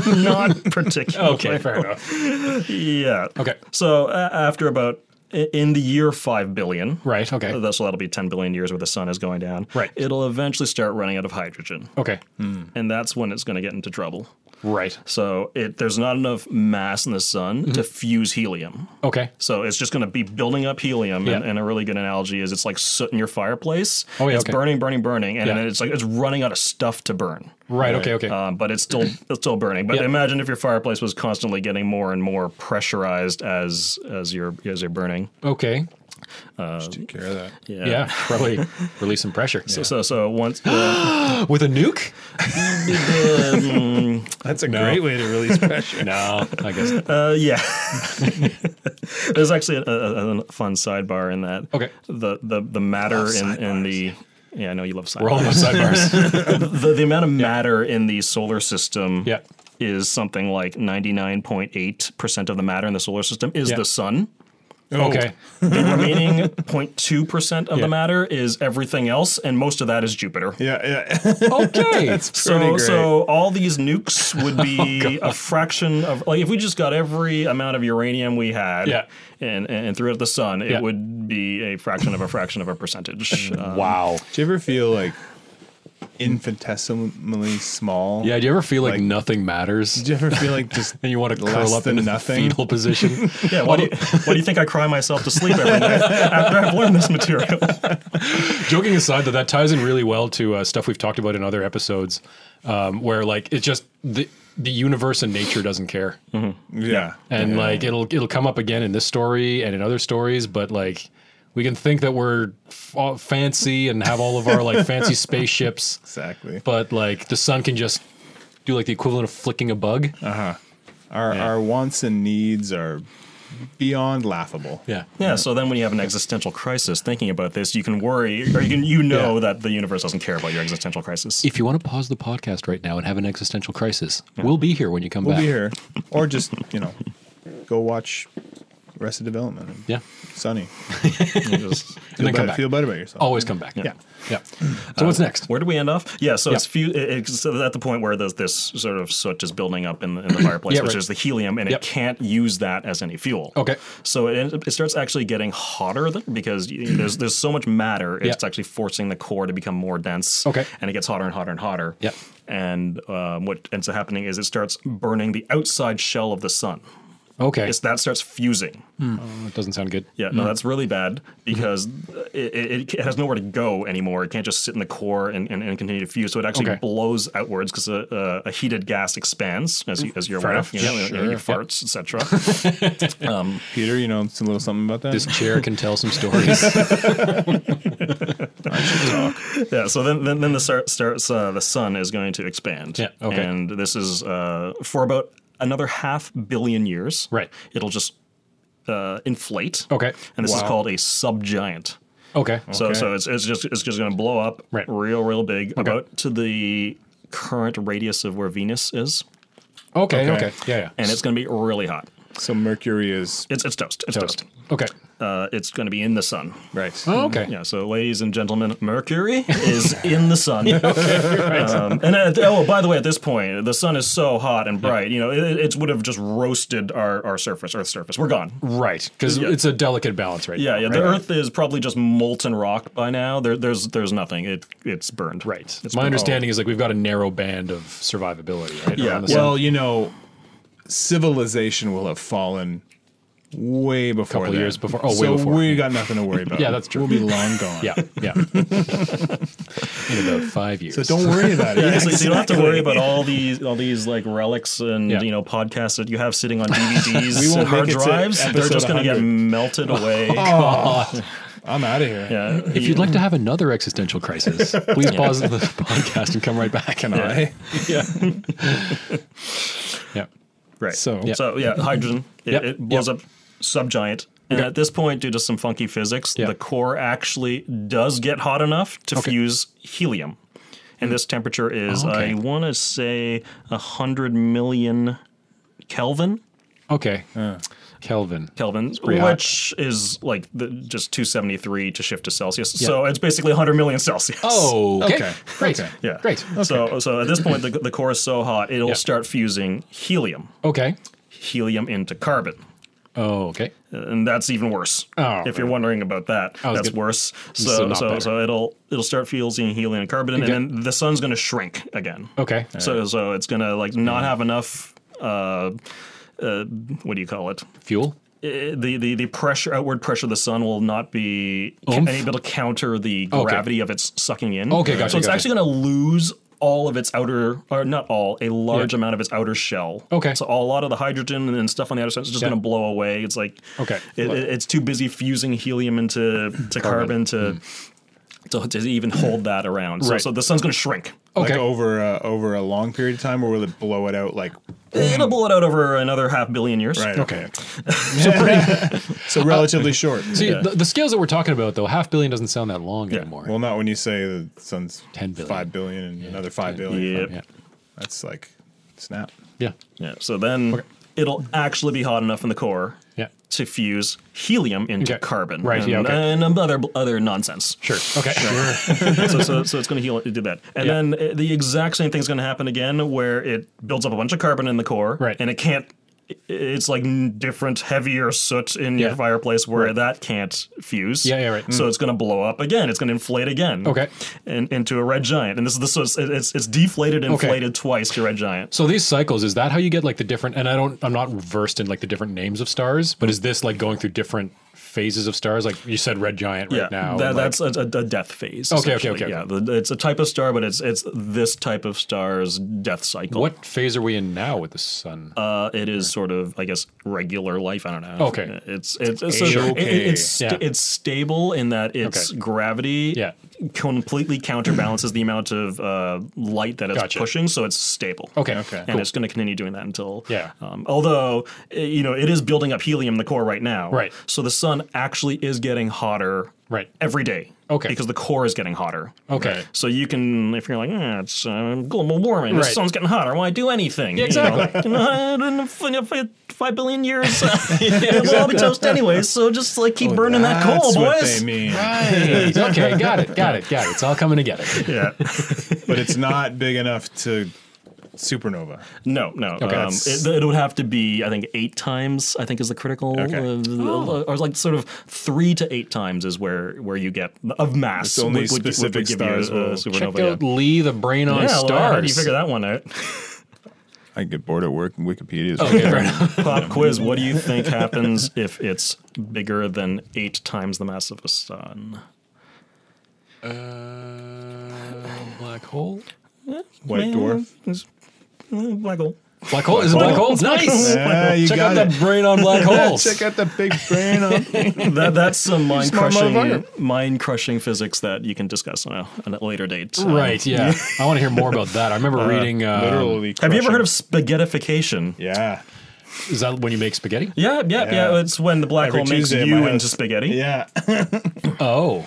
S4: not particularly
S1: Okay, fair enough.
S4: yeah
S1: Okay.
S4: so uh, after about i- in the year 5 billion
S1: Right. Okay.
S4: That's- So that'll be 10 billion years where the sun is going down.
S1: Right. Hmm.
S4: It'll eventually start running out of hydrogen.
S1: Okay.
S4: And that's when it's going to get into trouble.
S1: Right.
S4: So it, there's not enough mass in the sun
S1: Mm-hmm.
S4: to fuse helium.
S1: Okay.
S4: So it's just going to be building up helium. And,
S1: Yeah.
S4: and a really good analogy is it's like soot in your fireplace.
S1: Oh, yeah,
S4: It's
S1: okay.
S4: burning, burning, burning. And
S1: Yeah.
S4: then it's like it's running out of stuff to burn.
S1: Right. Okay. Okay.
S4: Um, but it's
S1: [laughs]
S4: still it's still burning. But
S1: Yeah.
S4: imagine if your fireplace was constantly getting more and more pressurized as as you're as you're burning.
S1: okay.
S2: Take care of that.
S1: Yeah. Probably release some pressure
S4: So so, so
S1: [gasps]
S4: once uh,
S1: with a nuke.
S2: That's a great way to release pressure.
S1: [laughs] No, I guess.
S4: Uh, yeah. [laughs] There's actually a, a, a fun sidebar in that.
S1: Okay.
S4: The the the matter in, in the yeah I know you love
S1: We're all on
S4: sidebars.
S1: sidebars.
S4: the, the amount of matter in the solar system.
S1: Yeah.
S4: Is something like 99.8% of the matter in the solar system is
S1: Yeah.
S4: the sun.
S2: oh.
S1: Okay.
S4: The remaining
S1: [laughs]
S4: 0.2% of
S1: Yeah.
S4: the matter is everything else, and most of that is Jupiter.
S2: Yeah, [laughs]
S1: Okay.
S2: yeah. pretty
S4: So,
S2: great. Oh,
S4: so all these nukes
S2: [laughs]
S4: would be a fraction of like if we just got every amount of uranium we had
S1: Yeah.
S4: and, and threw it at the sun, it
S1: Yeah.
S2: [laughs]
S4: would be a fraction of a fraction of a percentage. Uh,
S1: wow.
S2: Do you ever feel like infinitesimally small.
S1: Yeah, do you ever feel like,
S2: Like-
S1: nothing matters?
S2: Did you ever feel like just
S1: and you want to
S2: less
S1: curl up
S2: than
S1: in
S2: nothing?
S1: nothing? fetal position?
S4: Yeah, why do, you, why do you think I cry myself to sleep every
S2: [laughs]
S4: night after I've learned this material? [laughs]
S1: Joking aside, that that ties in really well to uh, stuff we've talked about in other episodes, um, where like it's just the the universe and nature doesn't care,
S2: Mm-hmm. yeah.
S1: and like it'll it'll come up again in this story and in other stories, but like. We can think that we're f- all fancy and have all of our like fancy
S2: [laughs]
S1: spaceships,
S2: Exactly.
S1: but like the sun can just do like the equivalent of flicking a bug.
S2: Uh. Our our wants and needs are beyond laughable.
S1: yeah.
S4: Yeah, so then when you have an existential crisis thinking about this, you can worry, or you can you know
S2: Yeah.
S4: that the universe doesn't care about your existential crisis.
S1: If you want to pause the podcast right now and have an existential crisis, we'll be here when you come
S2: We'll
S1: back.
S2: be here, or just you know, go watch Arrested Development. and
S1: Yeah.
S2: Sunny.
S1: [laughs]
S4: You just-
S2: Feel,
S1: then come
S2: better,
S1: back. Oh.
S2: feel better about yourself.
S1: Always come back.
S2: Yeah.
S1: Yeah. So what's next?
S4: Where do we end off? Yeah, so it's
S1: Yeah.
S4: few, it- it's at the point where there's this sort of soot is building up in the, in
S1: [clears throat]
S4: the fireplace,
S1: Yeah,
S4: which
S1: right.
S4: is the helium, and
S1: Yep.
S4: it can't use that as any fuel.
S1: Okay.
S4: So it, ends up- it starts actually getting hotter there because y- there's there's so much matter, it's
S1: Yeah.
S4: actually forcing the core to become more dense.
S1: Okay.
S4: And it gets hotter and hotter and hotter.
S1: Yep.
S4: And um, what ends up happening is it starts burning the outside shell of the sun.
S1: Okay.
S4: It's, that starts fusing.
S1: That doesn't sound good.
S4: Yeah, no, that's really bad because
S1: Mm-hmm.
S4: it, it, it has nowhere to go anymore. It can't just sit in the core and, and, and continue to fuse. So it actually
S1: Okay.
S4: blows outwards because a, a, a heated gas expands, as, you, as you're aware of, you know, in- in your
S1: [laughs]
S4: farts, etc.
S2: Peter, you know it's a little something about that.
S1: This chair can tell [laughs] some stories.
S4: yeah, so then, then, then the start starts, uh, the sun is going to expand.
S1: Yeah, okay.
S4: And this is uh, for about another half billion years.
S1: Right.
S4: It'll just uh, inflate.
S1: Okay.
S4: And this is
S2: Wow.
S4: called a subgiant.
S1: okay.
S4: So
S2: Okay.
S4: so it's, it's just it's just going to blow up
S1: Right.
S4: real real big about to the current radius of where Venus is,
S1: Okay. Okay.
S2: Okay.
S1: Yeah. Yeah.
S4: and it's going to be really hot.
S2: so Mercury is
S4: It's it's toast. It's toast.
S1: Okay.
S4: Uh, it's going to be in the sun.
S2: right.
S1: Oh, okay.
S4: Yeah. So, ladies and gentlemen, Mercury
S1: [laughs]
S4: is in the sun. um, and at, oh, by the way, at this point, the sun is so hot and bright. You know, it, it would have just roasted our, our surface, Earth's surface. We're gone.
S1: Right. Because
S4: Yeah.
S1: it's a delicate balance right
S4: Yeah,
S1: now.
S4: yeah. The Earth is probably just molten rock by now. There, there's there's nothing. It it's burned.
S1: Right.
S4: It's
S1: My
S4: burned.
S1: understanding is like we've got a narrow band of survivability, right?
S4: Yeah.
S1: around the sun.
S2: Well, you know, civilization will have fallen way before
S1: Couple
S2: then.
S1: years before- oh, way
S2: so
S1: before.
S2: we got nothing to worry
S1: [laughs]
S2: about.
S1: Yeah, that's true.
S2: We'll be long gone.
S1: [laughs] yeah. Yeah.
S4: [laughs]
S1: In about five years.
S2: So don't worry about
S1: [laughs]
S2: it.
S4: Yeah, so, so you don't have to worry about all these all these like relics and
S1: Yeah.
S4: you know podcasts that you have sitting on
S1: [laughs]
S4: DVDs
S2: We won't
S4: and hard
S2: make it to
S4: drives. They're
S2: episode
S4: just going to get
S2: 100.
S4: melted away.
S2: I'm out of here.
S4: Yeah,
S1: Oh, If you'd like to have another existential crisis,
S4: [laughs]
S1: please pause the podcast and come right back. Can
S2: I-
S1: [laughs] Yeah.
S4: right.
S2: So-
S1: Yeah.
S4: so yeah, hydrogen it,
S1: Yep.
S4: it blows up subgiant. And
S1: Okay.
S4: at this point, due to some funky physics,
S1: Yeah.
S4: the core actually does get hot enough to
S1: Okay.
S4: fuse helium. And this temperature is,
S1: Okay.
S4: I want to say, 100 million Kelvin.
S1: Okay.
S4: Uh.
S1: Kelvin.
S4: Kelvin,
S1: pretty hot.
S4: which is like the, just 273 to shift to Celsius. So it's basically 100 million Celsius.
S1: Oh, okay.
S2: Okay.
S1: Great.
S2: Okay.
S4: [laughs] yeah.
S1: Great.
S4: So, so at this point, the, the core is so hot, it'll
S1: Yeah.
S4: start fusing helium,
S1: Okay.
S4: helium into carbon.
S1: Oh, okay.
S4: And that's even worse.
S1: Oh,
S4: if you're wondering about that,
S1: was
S4: that's
S1: good.
S4: worse.
S1: So
S4: So,
S1: not
S4: so,
S1: better.
S4: so it'll it'll start fusing helium and carbon,
S1: Okay.
S4: and then the sun's going to shrink again.
S1: Okay.
S4: So, so it's going to like not have enough. Uh, uh, what do you call it?
S1: Fuel.
S4: uh, the, the, the pressure outward pressure of the sun will not be ca-
S1: Oomph?
S4: able to counter the
S1: Okay.
S4: gravity of its sucking in.
S1: Okay, gotcha,
S4: So it's
S1: gotcha.
S4: actually going to lose all of its outer, or not all, a large
S1: Yeah.
S4: amount of its outer shell.
S1: Okay.
S4: So all, a lot of the hydrogen and stuff on the outer side is just
S1: Yeah.
S4: going to blow away. It's like
S1: Okay.
S4: it, it- it's too busy fusing helium into to carbon, to, to to even hold that around. So,
S1: Hmm. Right.
S4: so the sun's going to shrink.
S2: Like
S1: Okay.
S4: oh,
S2: over uh, over a long period of time, or will it blow it out? Like
S4: It'll blow it out over another half billion years.
S2: right?
S1: Okay.
S2: so pretty. so relatively short.
S1: See, the, the scales that we're talking about, though, half billion doesn't sound that long anymore.
S2: Well, not when you say the sun's
S1: 10 billion.
S2: five billion, and another five billion.
S4: Yep.
S1: yeah.
S2: That's like snap.
S1: Yeah.
S4: Yeah. So then it'll actually be hot enough in the core
S1: Yeah.
S4: to fuse helium into
S1: Okay.
S4: carbon.
S1: Right,
S4: And,
S1: yeah, okay.
S4: and other other nonsense.
S1: Sure. [laughs] Okay.
S4: [laughs] so, so, so it's going to heal. It did that, and
S1: Yeah.
S4: then uh, the exact same thing's going to happen again, where it builds up a bunch of carbon in the core,
S1: Right.
S4: and it can't i- it's like n- different heavier soot in
S1: Yeah.
S4: your fireplace where that can't fuse.
S1: Yeah, yeah, right.
S4: So it's going to blow up again. It's going to inflate again.
S1: Okay.
S4: And into a red giant. And this is the so it's it's, it's deflated, inflated twice to red giant.
S1: So these cycles is that how you get like the different? And I don't, I'm not versed in like the different names of stars, but is this like going through different phases of stars? Like you said, red giant right
S4: yeah,
S1: now.
S4: that,
S1: and,
S4: that's a, a- a death phase.
S1: Okay, okay,
S4: essentially.
S1: okay,
S4: Yeah, the- it's a type of star, but it's it's this type of star's death cycle.
S1: like, what phase are we in now with the sun?
S4: Uh, it is sort of, I guess, regular life. I don't know.
S1: Okay.
S4: it's it's it's, so it-
S2: okay.
S4: it's, sta-
S1: Yeah.
S4: it's stable in that its
S1: Okay.
S4: gravity
S1: Yeah.
S4: completely counterbalances the amount of uh, light that it's
S1: Gotcha.
S4: pushing, so it's stable.
S1: okay, okay.
S4: And it's going to continue doing that until,
S1: Yeah.
S4: Um, although, eh, you know, it is building up helium in the core right now,
S1: Right.
S4: So the sun actually is getting hotter,
S1: Right.
S4: every day,
S1: Okay.
S4: because the core is getting hotter,
S1: Okay.
S4: so you can, if you're like, eh, it's uh, global warming, the
S1: Right.
S4: sun's getting hotter, why do anything?
S1: Yeah, exactly.
S4: You know? In f- in f- Five
S1: [laughs]
S4: billion years, [laughs] we'll all be toast anyway. So just like keep burning that coal,
S2: Oh, That's what
S4: boys.
S2: they mean.
S1: Right. [laughs] okay, got it, got it, got it. It's all coming together.
S4: [laughs] Yeah,
S2: [laughs] But it's not big enough to supernova.
S4: no, no. Um,
S2: That's-
S4: it, it would have to be, I think, eight times. I think is the critical,
S2: Okay.
S4: uh,
S1: Oh.
S4: or like sort of three to eight times is where where you get of mass.
S2: It's only
S4: would- would- would
S2: specific
S4: give you
S2: stars
S4: a
S2: will-
S1: Check
S4: supernova.
S1: out Lee the Brain on
S4: yeah, well,
S1: Stars.
S4: how do you figure that one out?
S2: I get bored at work and Wikipedia is
S1: Okay, [laughs] fair enough.
S4: Pop quiz. What do you think happens if it's bigger than eight times the mass of a sun?
S1: Uh, black hole.
S2: White dwarf. [laughs]
S4: Black hole.
S1: Black hole is it black holes. Nice.
S2: Yeah, you
S1: Check out
S2: got it.
S1: the brain on black holes.
S2: Check out the big brain on
S4: That, that's some mind
S2: Smart
S4: crushing,
S2: motherfucker.
S4: mind crushing physics that you can discuss on a, on a later date. Um,
S1: Right. Yeah. I want to hear more about that. I remember reading. Um,
S2: literally.
S4: Have you ever
S2: crushing.
S4: heard of spaghettification?
S2: Yeah.
S1: Is that when you make spaghetti?
S4: Yeah, yeah, yeah.
S2: Yeah.
S4: It's when the black
S2: Every
S4: hole makes
S2: Tuesday at
S4: you
S2: my
S4: into
S2: house.
S4: spaghetti.
S2: Yeah.
S1: Oh,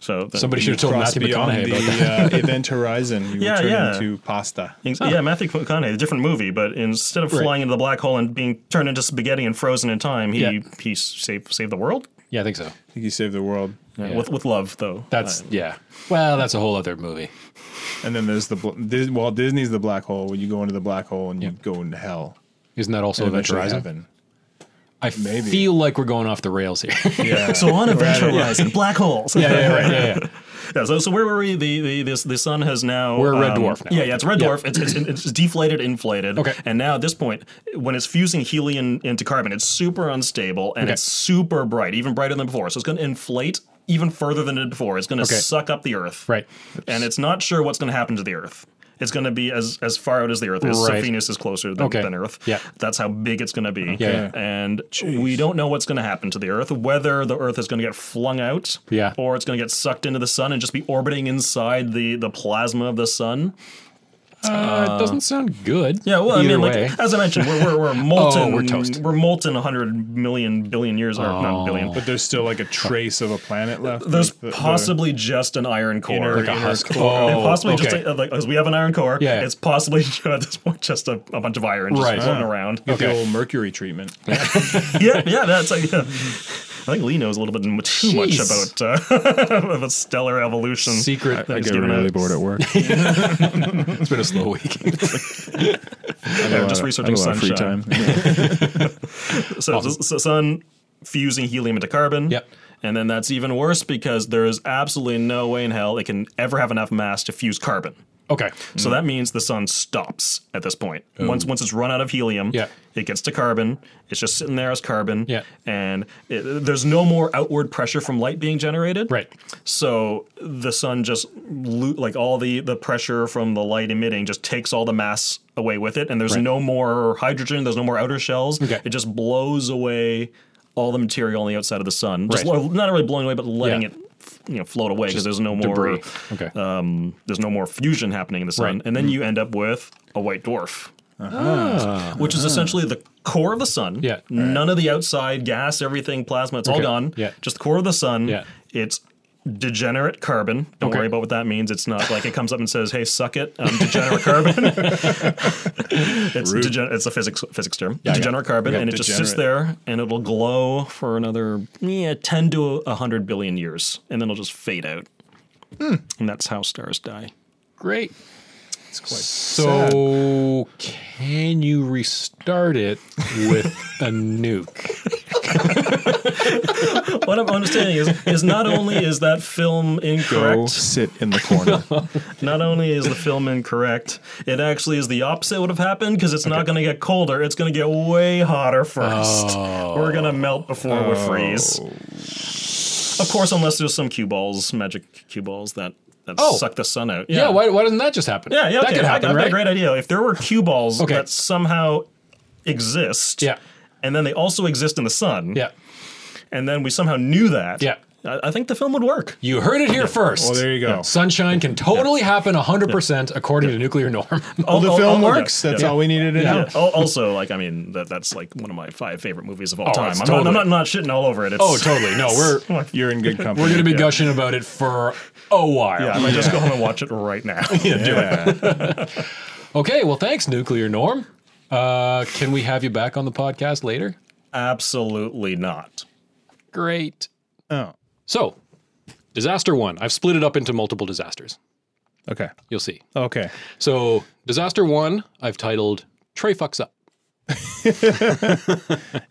S4: So that-
S1: somebody should have told
S2: Cross
S1: Matthew
S2: beyond
S1: McConaughey
S2: the
S1: about that.
S2: uh, event horizon, you
S4: Yeah,
S2: would turn
S4: yeah.
S2: into pasta.
S4: Yeah, Matthew McConaughey, a different movie, but instead of
S1: Right.
S4: flying into the black hole and being turned into spaghetti and frozen in time, he
S1: Yeah.
S4: he saved saved the world
S1: Yeah, I think so.
S2: I think you saved the world.
S1: Yeah.
S4: with with love though.
S1: That's yeah. Well, that's a whole other movie.
S2: And then there's the bl- Dis- Walt Disney's the black hole. When you go into the black hole and you go into hell,
S1: Isn't that also
S2: and
S1: Event
S2: eventually
S1: Horizon?
S2: heaven.
S1: I
S2: Maybe.
S1: feel like we're going off the rails here.
S2: Yeah.
S4: [laughs] So on Event
S2: Right, yeah.
S4: Horizon, black holes.
S1: yeah, yeah,
S4: [laughs]
S1: right, yeah, yeah.
S4: Yeah, so, so where were we? The, the the the sun has now um,
S1: We're a red dwarf now.
S4: Yeah, yeah, it's a red
S1: Yeah.
S4: dwarf. It's, it's it's deflated, inflated.
S1: Okay.
S4: And now at this point, when it's fusing helium into carbon, it's super unstable and
S1: Okay.
S4: it's super bright, even brighter than before. So it's going to inflate even further than it did before. It's going to
S1: Okay.
S4: suck up the Earth.
S1: [laughs] Right.
S4: And it's not sure what's going to happen to the Earth. It's going to be as, as far out as the Earth is. So
S1: Right.
S4: Venus is closer than,
S1: Okay.
S4: than Earth.
S1: Yeah.
S4: That's how big it's going to be.
S1: Yeah.
S4: And we don't know what's going to happen to the Earth, whether the Earth is going to get flung out
S1: Yeah.
S4: or it's going to get sucked into the sun and just be orbiting inside the, the plasma of the sun.
S1: Uh, it doesn't sound good.
S4: Yeah, well,
S1: either
S4: I mean,
S1: way.
S4: like as I mentioned, we're, [laughs] we're, we're molten.
S1: we're toast.
S4: Oh, We're Oh. molten 100 million billion years, or not billion.
S2: But there's still like a trace of a planet left.
S4: There's
S2: like the- the-
S4: possibly just an iron core.
S2: inner-
S1: a
S2: inner
S1: husk.
S2: core.
S1: Oh.
S4: And possibly just
S1: okay.
S4: a, like as we have an iron core,
S1: Yeah.
S4: it's possibly [laughs] at this point just a, a bunch of iron just
S1: Right.
S4: floating
S2: Ah.
S4: around.
S2: Get the
S1: Okay.
S2: old mercury treatment.
S4: [laughs] yeah, yeah, that's like. [laughs] yeah. I think Lee knows a little bit m- too
S1: Jeez.
S4: much about uh, [laughs] about stellar evolution.
S1: Secret.
S2: [laughs]
S4: I get really
S2: bored at
S4: [laughs]
S2: work.
S1: it's been a slow week. [laughs]
S4: Yeah, just researching sunshine. [laughs] So,
S1: Awesome.
S4: so sun fusing helium into carbon.
S1: Yep.
S4: And then that's even worse because there is absolutely no way in hell it can ever have enough mass to fuse carbon.
S1: okay.
S4: So that means the sun stops at this point. Once once it's run out of helium,
S1: Oh. Yeah.
S4: it gets to carbon. It's just sitting there as carbon.
S1: Yeah.
S4: And it, there's no more outward pressure from light being generated.
S1: Right.
S4: So the sun just lo- like all the the pressure from the light emitting just takes all the mass away with it, and there's
S1: Right.
S4: no more hydrogen. There's no more outer shells.
S1: Okay.
S4: It just blows away all the material on the outside of the sun. Just
S1: Right.
S4: lo- not really blowing away, but letting
S1: Yeah.
S4: it you know float away because there's no more
S1: debris. Okay.
S4: um, there's no more fusion happening in the sun,
S1: Right. Mm-hmm. Ah.
S4: and then you end up with a white dwarf, Ah. which is essentially the core of the sun.
S1: Yeah.
S4: none of the outside gas, everything, plasma, it's all
S1: Okay.
S4: gone.
S1: Yeah.
S4: just the core of the sun.
S1: Yeah.
S4: it's degenerate carbon. Don't
S1: Okay.
S4: worry about what that means. It's not like it comes up and says, "Hey, suck it, i degenerate carbon."
S1: [laughs]
S4: it's degen- it's a physics physics term.
S1: yeah.
S4: degenerate carbon,
S2: Yeah,
S4: and it just sits there and it'll glow for another yeah, ten to hundred billion
S1: Hmm.
S4: years, and then it'll just fade out. And that's how stars die.
S1: Great.
S2: It's quite sad.
S1: So can you restart it with a nuke?
S4: What I'm understanding is is not only is that film
S2: Go
S4: incorrect,
S2: sit in the
S4: [laughs]
S2: corner.
S4: not only is the film incorrect, it actually is the opposite would have happened because it's not going to get colder. It's going to get way hotter first.
S1: Oh.
S4: We're going to melt before we freeze. Of course, unless there's some cue balls, magic cue balls that that
S1: Oh.
S4: suck the sun out.
S1: Yeah. why, why doesn't that just happen?
S4: Yeah, yeah,
S1: That
S4: okay.
S1: could happen,
S4: I, I've got
S1: right?
S4: a great idea. If there were cue balls
S1: Okay.
S4: that somehow exist,
S1: Yeah.
S4: and then they also exist in the sun,
S1: Yeah.
S4: and then we somehow knew that,
S1: Yeah.
S4: I, I think the film would work.
S1: You heard it here first.
S2: Well, there you go.
S1: Sunshine can totally happen 100% according to nuclear norm.
S2: Well, the
S4: Al-
S2: film
S4: al- al-
S2: works.
S4: yeah.
S2: That's
S4: Yeah.
S2: all we needed to know.
S4: Yeah. Al- Also, like I mean, that that's like one of my five favorite movies of all
S1: Oh,
S4: time.
S1: it's
S4: I'm, not,
S1: totally-
S4: I'm not not shitting all over it. It's,
S1: oh,
S4: [laughs]
S1: totally. No, we're
S2: You're in good company.
S1: we're going to be gushing about it for a while.
S4: I might just go home and watch it
S1: [laughs]
S4: right now.
S2: Yeah.
S1: Okay, well, thanks, Nuclear Norm. Uh, can we have you back on the podcast later?
S4: Absolutely not.
S3: Great.
S2: [laughs] oh,
S1: So, disaster one. I've split it up into multiple disasters.
S2: okay.
S1: You'll see.
S2: Okay.
S1: So, disaster one, I've titled Trey Fucks Up.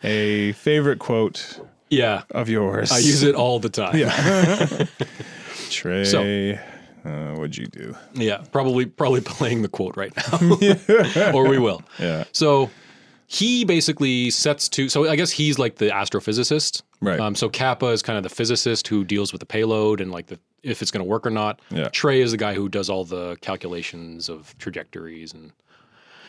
S2: A favorite quote
S1: Yeah,
S2: of yours.
S1: I use it all the time. Yeah,
S2: Trey.
S1: So-
S2: uh, what'd you do?
S1: probably probably [laughs] playing the quote right now, [laughs] or we will.
S2: [laughs] Yeah.
S1: So he basically sets to. So I guess he's like the astrophysicist,
S2: Right.
S1: Um, so Kappa is kind of the physicist who deals with the payload and like the if it's going to work or not.
S2: Yeah.
S1: Trey is the guy who does all the calculations of trajectories and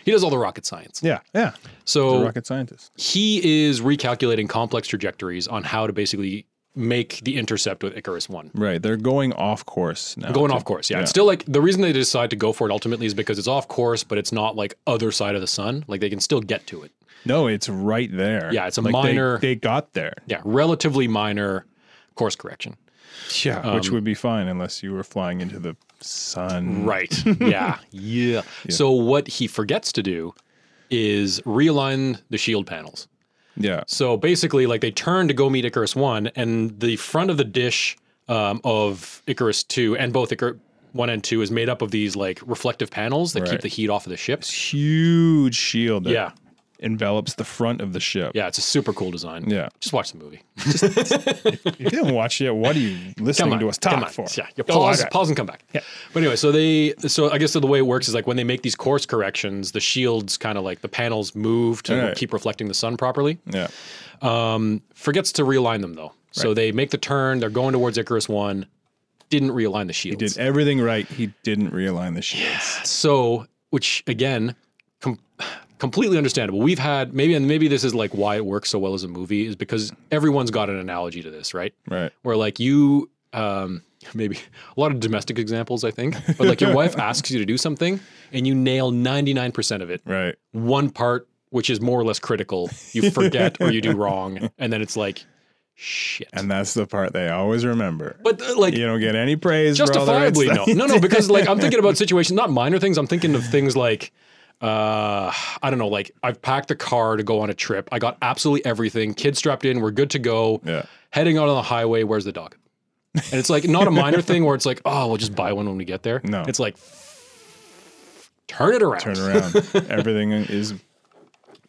S1: he does all the rocket science.
S2: Yeah. Yeah.
S1: So
S2: Rocket scientist.
S1: he is recalculating complex trajectories on how to basically make the intercept with Icarus One.
S2: Right. They're going off course now.
S1: Going off course, yeah. It's still like the reason they decide to go for it ultimately is because it's off course, but it's not like other side of the sun. Like they can still get to it.
S2: No, it's right there.
S1: Yeah, it's a
S2: Like, they-
S1: minor-
S2: They, got there.
S1: Yeah, relatively minor course correction.
S2: Yeah. which would be fine unless you were flying into the sun.
S1: um, Right. [laughs] yeah. Yeah. So what he forgets to do is realign the shield panels.
S2: Yeah.
S1: So basically, like they turn to go meet Icarus One, and the front of the dish um, of Icarus Two and both Icarus One and Two is made up of these like reflective panels that keep
S2: Right.
S1: the heat off of the ship.
S2: Huge shield that
S1: Yeah.
S2: envelops the front of the ship.
S1: Yeah, it's a super cool design.
S2: Yeah.
S1: Just watch the movie.
S2: If you haven't watched it, what are you listening to us
S1: [laughs]
S2: talk
S1: come on.
S2: for?
S1: Yeah, yeah,
S2: Go
S1: pause,
S2: watch it.
S1: pause and come back.
S2: Yeah.
S1: But anyway, so they, so I guess the way it works is like when they make these course corrections, the shields kind of like the panels move to
S2: Alright.
S1: keep reflecting the sun properly.
S2: Yeah.
S1: Forgets to realign them though. So they make the turn, they're going towards Icarus One, didn't realign the shields.
S2: Did everything right. He didn't realign the shields.
S1: So, which again, com- completely understandable. We've had maybe, and maybe this is like why it works so well as a movie is because everyone's got an analogy to this, right?
S2: Right.
S1: Where like you, um, maybe a lot of domestic examples, I think, but like your wife asks you to do something and you nail 99% of it.
S2: Right.
S1: One part, which is more or less critical, you forget or you do wrong. And then it's like, shit.
S2: And that's the part they always remember.
S1: But uh, like,
S2: You don't get any praise.
S1: justifiably
S2: for all the
S1: no no no because like i'm thinking about situations not minor things i'm thinking of things like uh i don't know like i've packed the car to go on a trip i got absolutely everything kids strapped in we're good to go
S2: [laughs] Yeah.
S1: heading out on the highway where's the dog and it's like not a minor thing where it's like oh we'll just buy one when we get there
S2: No.
S1: it's like turn it around
S2: Turn
S1: [laughs]
S2: around. everything is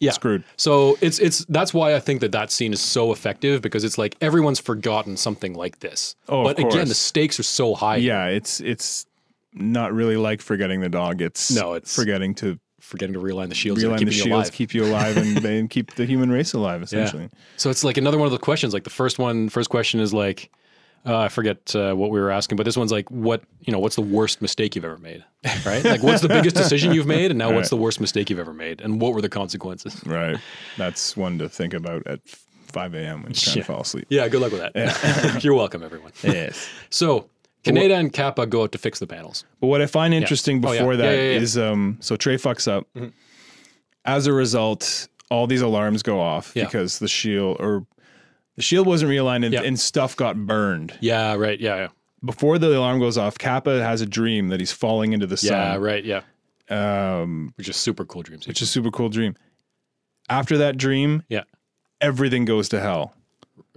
S1: yeah
S2: screwed.
S1: so it's it's that's why i think that that scene is so effective because it's like everyone's forgotten something like this
S2: Oh, of
S1: but again
S2: course.
S1: the stakes are so high
S2: Yeah. It's it's not really like forgetting the dog. It's
S1: No, it's-
S2: forgetting to
S1: forgetting to realign the shields and
S2: realign the
S1: keeping you
S2: shields,
S1: alive
S2: keep you alive, and, and keep the human race
S1: [laughs]
S2: alive. Essentially.
S1: So it's like another one of the questions. Like the first one, first question is like, uh, I forget uh, what we were asking, but this one's like, what you know, what's the worst mistake you've ever made, right? like, what's the biggest decision you've made, and now what's the worst mistake you've ever made, and what were the consequences?
S2: Right. That's one to think about at 5 a.m. when you're trying
S1: Yeah.
S2: to
S1: [laughs]
S2: fall asleep.
S1: Yeah, good luck with that. [laughs] You're welcome, everyone.
S2: Yes.
S1: So Kaneda and Kappa go out to fix the panels.
S2: But what I find interesting
S1: Oh, yeah.
S2: before
S1: Yeah,
S2: that is
S1: yeah, Mm-hmm. yeah.
S2: um so Trey fucks up. As a result, all these alarms go off
S1: Yeah.
S2: because the shield or the shield wasn't realigned and,
S1: Yeah.
S2: and stuff got burned.
S1: Yeah, right. Yeah, yeah,
S2: Before the alarm goes off, Kappa has a dream that he's falling into the
S1: yeah
S2: sun,
S1: right. Yeah,
S2: um,
S1: which is super cool dreams.
S2: which is a super cool dream. After that dream,
S1: yeah.
S2: everything goes to hell.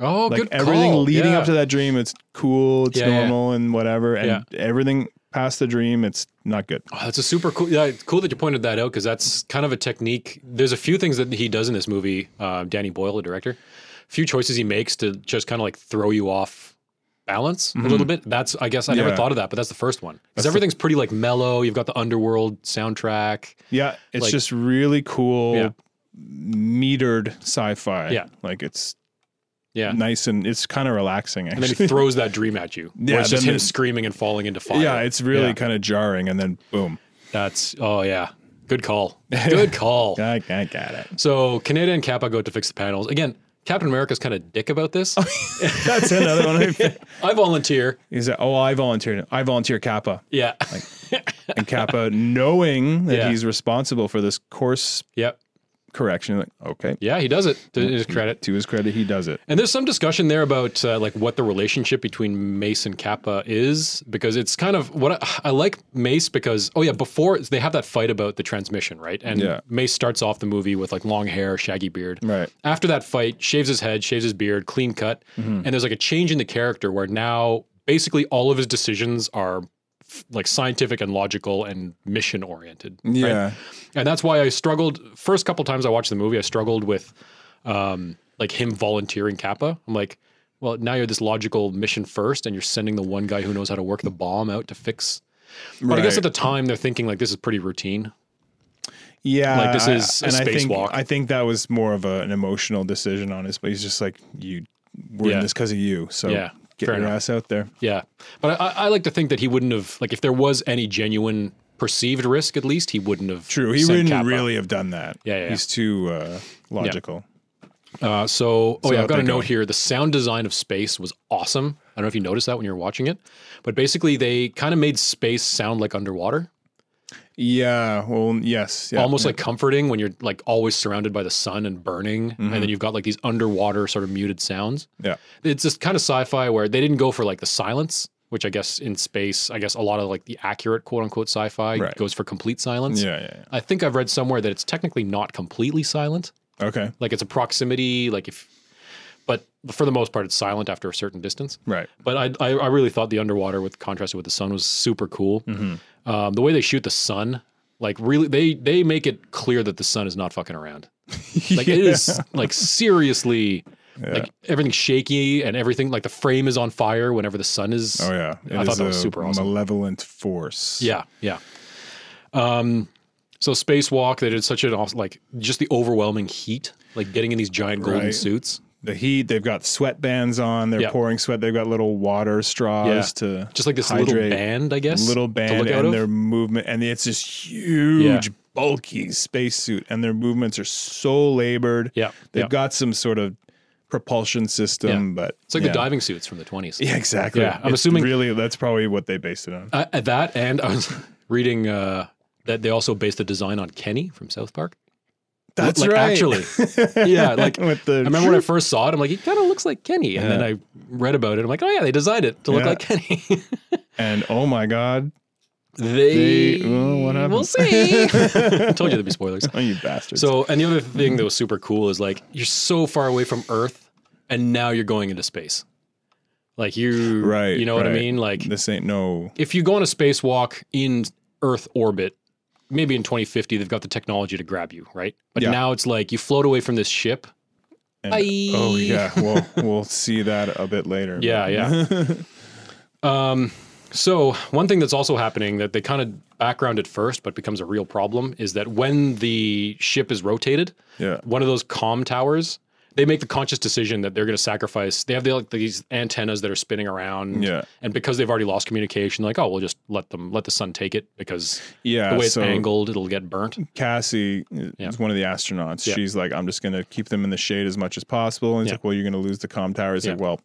S1: Oh,
S2: Like
S1: good.
S2: everything
S1: call.
S2: leading
S1: yeah.
S2: up to that dream, it's cool, it's
S1: Yeah, yeah.
S2: normal, and whatever, and everything past the dream, it's not good.
S1: Oh, that's a super cool. Yeah, it's cool that you pointed that out because that's kind of a technique. There's a few things that he does in this movie. Uh, Danny Boyle, the director, a few choices he makes to just kind of like throw you off balance a little bit. That's I guess I never
S2: Mm-hmm. Yeah.
S1: thought of that, but that's the first one
S2: That's
S1: because
S2: the-
S1: everything's pretty like mellow. You've got the underworld soundtrack.
S2: Yeah, it's
S1: Like-
S2: just really cool,
S1: Yeah.
S2: metered sci-fi.
S1: Yeah.
S2: like it's
S1: Yeah,
S2: nice and it's kind of relaxing.
S1: and
S2: Actually,
S1: then he throws that dream at you. where
S2: Yeah,
S1: it's just
S2: then
S1: him
S2: the-
S1: screaming and falling into fire.
S2: yeah, it's really
S1: Yeah.
S2: kind of jarring, and then boom,
S1: that's oh yeah, good
S2: [laughs]
S1: call. Good call.
S2: I, I got it.
S1: So Kaneda and Kappa go to fix the panels again. Captain America's kind of dick about
S2: [laughs]
S1: this.
S2: That's another
S1: [laughs]
S2: one. I-
S1: I volunteer.
S2: He's like, oh, I volunteered. I volunteer Kappa,
S1: Yeah.
S2: and Kappa, knowing that
S1: Yeah.
S2: he's responsible for this course
S1: [laughs] yep.
S2: correction, like okay,
S1: Yeah, he does it to
S2: Mm-hmm.
S1: his credit.
S2: to his credit, he does it.
S1: And there's some discussion there about uh, like what the relationship between Mace and Kappa is because it's kind of what I, I like Mace because oh yeah before they have that fight about the transmission right and
S2: Yeah.
S1: Mace starts off the movie with like long hair shaggy beard
S2: Right.
S1: after that fight shaves his head shaves his beard clean cut
S2: Mm-hmm.
S1: and there's like a change in the character where now basically all of his decisions are f- like scientific and logical and mission oriented
S2: Yeah,
S1: and that's why I struggled. First couple times I watched the movie, I struggled with um, like him volunteering Kappa. I'm like, well, now you're this logical mission first, and you're sending the one guy who knows how to work the bomb out to fix. But I guess
S2: Right.
S1: at the time they're thinking like this is pretty routine.
S2: Yeah,
S1: Like, this
S2: I-
S1: is a
S2: and I
S1: space
S2: think,
S1: walk.
S2: I think that was more of a, an emotional decision on his. But he's just like, you, we're
S1: Yeah.
S2: in this because of you. So
S1: Yeah,
S2: get
S1: fair
S2: your
S1: enough.
S2: ass out there.
S1: Yeah, but I, I like to think that he wouldn't have like if there was any genuine perceived risk, at least he wouldn't have.
S2: True, he
S1: sent
S2: wouldn't
S1: Kappa.
S2: really have done that.
S1: Yeah, yeah,
S2: he's too uh, logical.
S1: Uh, so, oh yeah, I've
S2: how'd
S1: got a
S2: they go?
S1: note here. The sound design of space was awesome. I don't know if you noticed that when you were watching it, but basically they kind of made space sound like underwater.
S2: Yeah, well, yes, yeah,
S1: almost like comforting when you're like always surrounded by the sun and burning
S2: Mm-hmm.
S1: and then you've got like these underwater sort of muted sounds
S2: yeah,
S1: it's this kind of sci-fi where they didn't go for like the silence which i guess in space i guess a lot of like the accurate quote-unquote sci-fi
S2: Right.
S1: goes for complete silence
S2: yeah, yeah,
S1: i think i've read somewhere that it's technically not completely silent
S2: yeah. Okay,
S1: like it's a proximity like if but for the most part it's silent after a certain distance
S2: right.
S1: but I, I, I really thought the underwater with contrasted with the sun was super cool.
S2: Mm-hmm.
S1: Um, the way they shoot the sun, like really, they they make it clear that the sun is not fucking
S2: [laughs]
S1: around. Like it is like seriously, like everything's shaky and everything. Like the frame is on fire whenever the sun is.
S2: Oh yeah, It
S1: I
S2: is
S1: thought that was
S2: a
S1: super awesome.
S2: Malevolent force.
S1: Yeah, yeah. Um, so spacewalk, they did such an awesome, like just the overwhelming heat, like getting in these giant golden
S2: Right.
S1: suits.
S2: the heat. They've got sweatbands on. They're
S1: Yeah.
S2: pouring sweat. They've got little water straws to
S1: Just like this little
S2: hydrate.
S1: band, I guess.
S2: little
S1: to
S2: band
S1: look out
S2: and
S1: of.
S2: their movement and it's this huge bulky spacesuit and their movements are so labored
S1: Yeah,
S2: they've
S1: yeah.
S2: got some sort of propulsion system
S1: Yeah.
S2: but
S1: It's like
S2: yeah.
S1: the diving suits from the twenties.
S2: [laughs] yeah exactly
S1: Yeah, I'm
S2: It's
S1: assuming-
S2: really that's probably what they based it on
S1: Uh, at that, and I was [laughs] reading uh, that they also based the design on Kenny from South Park.
S2: that's
S1: like,
S2: right [laughs]
S1: Actually, yeah. Like
S2: with the
S1: I remember when I first saw it, I'm like, he kind of looks like Kenny, and then I read about it. I'm like, oh yeah, they designed it to look
S2: Yeah.
S1: like Kenny.
S2: [laughs]
S1: [laughs]
S2: and oh my god
S1: they,
S2: They- oh, what
S1: we'll
S2: happened? [laughs]
S1: see. I told you there'd be spoilers.
S2: oh you bastards
S1: So, and the other thing that was super cool is like you're so far away from Earth, and now you're going into space. Like you,
S2: right
S1: You know what I
S2: right.
S1: mean? Like
S2: this ain't no
S1: if you go on a spacewalk in Earth orbit, maybe in 2050 they've got the technology to grab you, right? But
S2: Yeah.
S1: now it's like you float away from this ship.
S2: and-
S1: Bye.
S2: oh yeah well we'll see that a bit later
S1: Yeah, yeah. um, so one thing that's also happening that they kind of background at first, but becomes a real problem, is that when the ship is rotated,
S2: Yeah.
S1: one of those comm towers. They make the conscious decision that they're going to sacrifice. They have the, like these antennas that are spinning around,
S2: Yeah.
S1: And because they've already lost communication, like, oh, we'll just let them let the sun take it because
S2: yeah
S1: the way it's
S2: so-
S1: angled, it'll get burnt.
S2: [laughs] Cassie is
S1: Yeah.
S2: one of the astronauts.
S1: Yeah.
S2: She's like, I'm just going to keep them in the shade as much as possible. And it's
S1: Yeah.
S2: like, well, you're going to lose the comm tower. It's like,
S1: Yeah.
S2: well,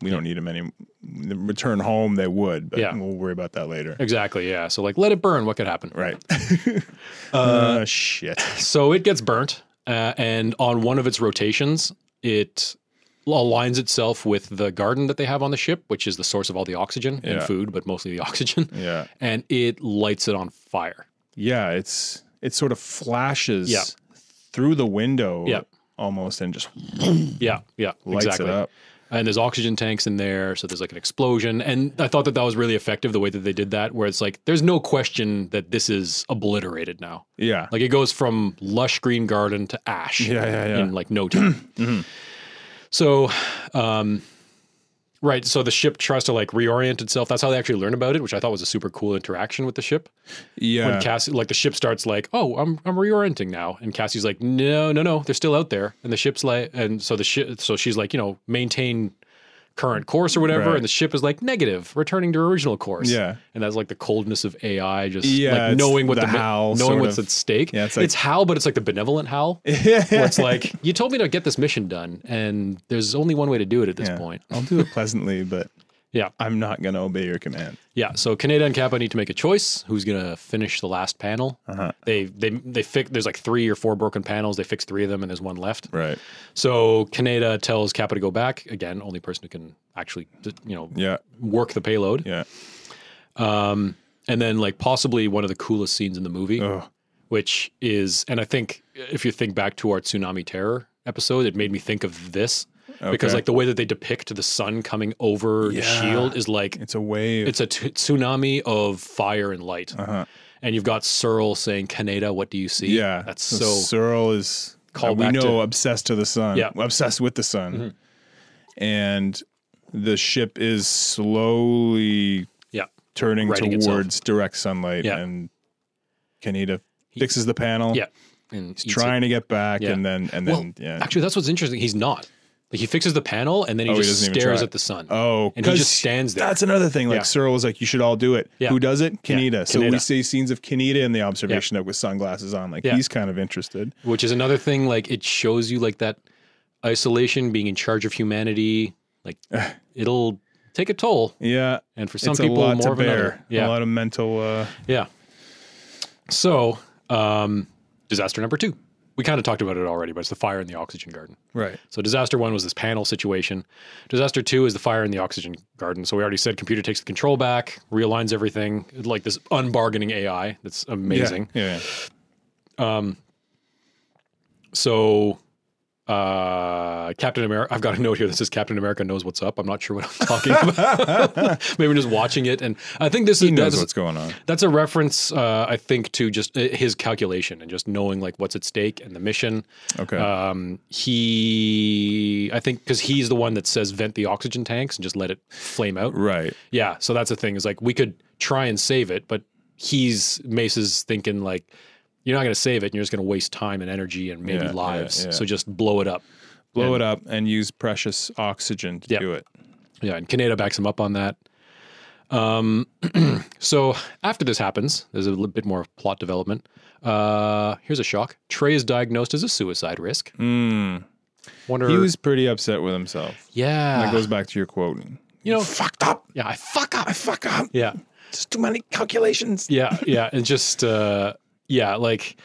S2: we don't need them any. the Return home, they would, but
S1: Yeah.
S2: we'll worry about that later.
S1: Exactly. Yeah. So like, let it burn. What could
S2: [laughs]
S1: happen?
S2: Right. [laughs] uh, shit.
S1: So it gets burnt, uh, and on one of its rotations, it aligns itself with the garden that they have on the ship, which is the source of all the oxygen and
S2: Yeah.
S1: food, but mostly the [laughs] oxygen.
S2: Yeah.
S1: And it lights it on fire.
S2: Yeah. It's, it sort of flashes
S1: Yeah.
S2: through the window
S1: Yeah.
S2: almost and just [clears throat]
S1: Yeah. Yeah.
S2: lights
S1: exactly.
S2: it up.
S1: and there's oxygen tanks in there so there's like an explosion and i thought that that was really effective the way that they did that where it's like there's no question that this is obliterated now
S2: Yeah.
S1: like it goes from lush green garden to ash
S2: Yeah, yeah, Mm-hmm. yeah.
S1: in like no
S2: [clears throat]
S1: time so um right so the ship tries to like reorient itself that's how they actually learn about it which i thought was a super cool interaction with the ship
S2: yeah.
S1: when Cassie, like the ship starts like, oh, I'm I'm reorienting now, and Cassie's like, no, no, no, they're still out there, and the ship's like, and so the ship, so she's like, you know, maintain current course or whatever,
S2: Right.
S1: and the ship is like negative, returning to original course.
S2: Yeah.
S1: and that's like the coldness of AI, just
S2: Yeah,
S1: like
S2: it's
S1: knowing what
S2: the
S1: the,
S2: howl
S1: knowing
S2: sort
S1: what's
S2: of.
S1: at stake.
S2: Yeah, it's like-
S1: it's howl, but it's like the benevolent
S2: [laughs]
S1: howl. where it's like you told me to get this mission done, and there's only one way to do it at this
S2: Yeah.
S1: point.
S2: I'll do it pleasantly, but
S1: Yeah,
S2: I'm not going to obey your command.
S1: Yeah, so Kaneda and Kappa need to make a choice who's going to finish the last panel.
S2: Uh-huh.
S1: They they they fix there's like 3 or 4 broken panels, they fix 3 of them and there's one left.
S2: Right.
S1: So Kaneda tells Kappa to go back, again, only person who can actually you know
S2: Yeah.
S1: work the payload.
S2: Yeah.
S1: And then like possibly one of the coolest scenes in the movie,
S2: Ugh.
S1: which is and I think if you think back to our tsunami terror episode, it made me think of this because
S2: Okay.
S1: like the way that they depict the sun coming over the
S2: Yeah.
S1: shield is like
S2: It's a wave.
S1: it's a t- tsunami of fire and light. And you've got Searle saying, Kaneda, what do you see?
S2: Uh-huh. yeah.
S1: That's so.
S2: Searle is,
S1: Call
S2: we
S1: back
S2: know,
S1: to-
S2: obsessed to the sun.
S1: Yeah. Mm-hmm.
S2: Obsessed with the sun. And the ship is slowly
S1: yeah.
S2: turning
S1: Righting
S2: towards
S1: itself.
S2: direct sunlight.
S1: Yeah.
S2: And Kaneda fixes the panel.
S1: Yeah. And eats it.
S2: Trying to get back.
S1: Yeah.
S2: And then, and
S1: Well,
S2: then, yeah.
S1: Actually, that's what's interesting. He's not. Like, he fixes the panel and then he
S2: Oh, he
S1: just
S2: doesn't even
S1: stares
S2: try.
S1: at the sun.
S2: Oh,
S1: And he
S2: 'cause
S1: just stands there.
S2: That's another thing. Like
S1: Yeah.
S2: Searle was like, you should all do it.
S1: Yeah.
S2: Who does it? Kaneda. So we
S1: Kaneda.
S2: see scenes of Kaneda in the observation deck with sunglasses on. Like
S1: Yeah.
S2: he's kind of interested.
S1: Which is another thing. Like, it shows you, like, that isolation, being in charge of humanity.
S2: [sighs]
S1: Like, it'll take a toll.
S2: Yeah.
S1: And for some
S2: it's
S1: people,
S2: a lot
S1: more
S2: to
S1: of another.
S2: bear.
S1: Yeah.
S2: A lot of mental. Uh,
S1: Yeah. So, um, disaster number two. We kind of talked about it already, but it's the fire in the oxygen garden.
S2: right.
S1: So disaster one was this panel situation. Disaster two is the fire in the oxygen garden. So we already said computer takes the control back, realigns everything, like this unbargaining AI that's amazing.
S2: Yeah.
S1: So uh Captain America I've got a note here that says Captain America knows what's up. I'm not sure what I'm talking about. [laughs] Maybe just watching it and I think this
S2: He
S1: is
S2: knows
S1: that's-
S2: what's going on.
S1: That's a reference, uh, I think, to just uh, his calculation and just knowing like what's at stake and the mission.
S2: Okay.
S1: Um, he, I think, because he's the one that says vent the oxygen tanks and just let it flame out.
S2: right.
S1: Yeah, so that's the thing is like we could try and save it, but he's Mace's thinking like you're not going to save it, and you're just going to waste time and energy and maybe
S2: Yeah, yeah,
S1: lives.
S2: yeah.
S1: So just blow it up.
S2: Blow it up and use precious oxygen to
S1: Yep.
S2: do it.
S1: Yeah, and Kaneda backs him up on that. Um, [clears throat] so after this happens, there's a little bit more plot development. Uh, here's a shock: Trey is diagnosed as a suicide risk. Wonder,
S2: Mm. Hmm. He was pretty upset with himself.
S1: yeah,
S2: That goes back to your quote.
S1: Ah. you know,
S2: Fucked up.
S1: yeah, I fuck up,
S2: I fuck up.
S1: yeah,
S2: There's too many calculations.
S1: yeah, yeah, and just uh, yeah, like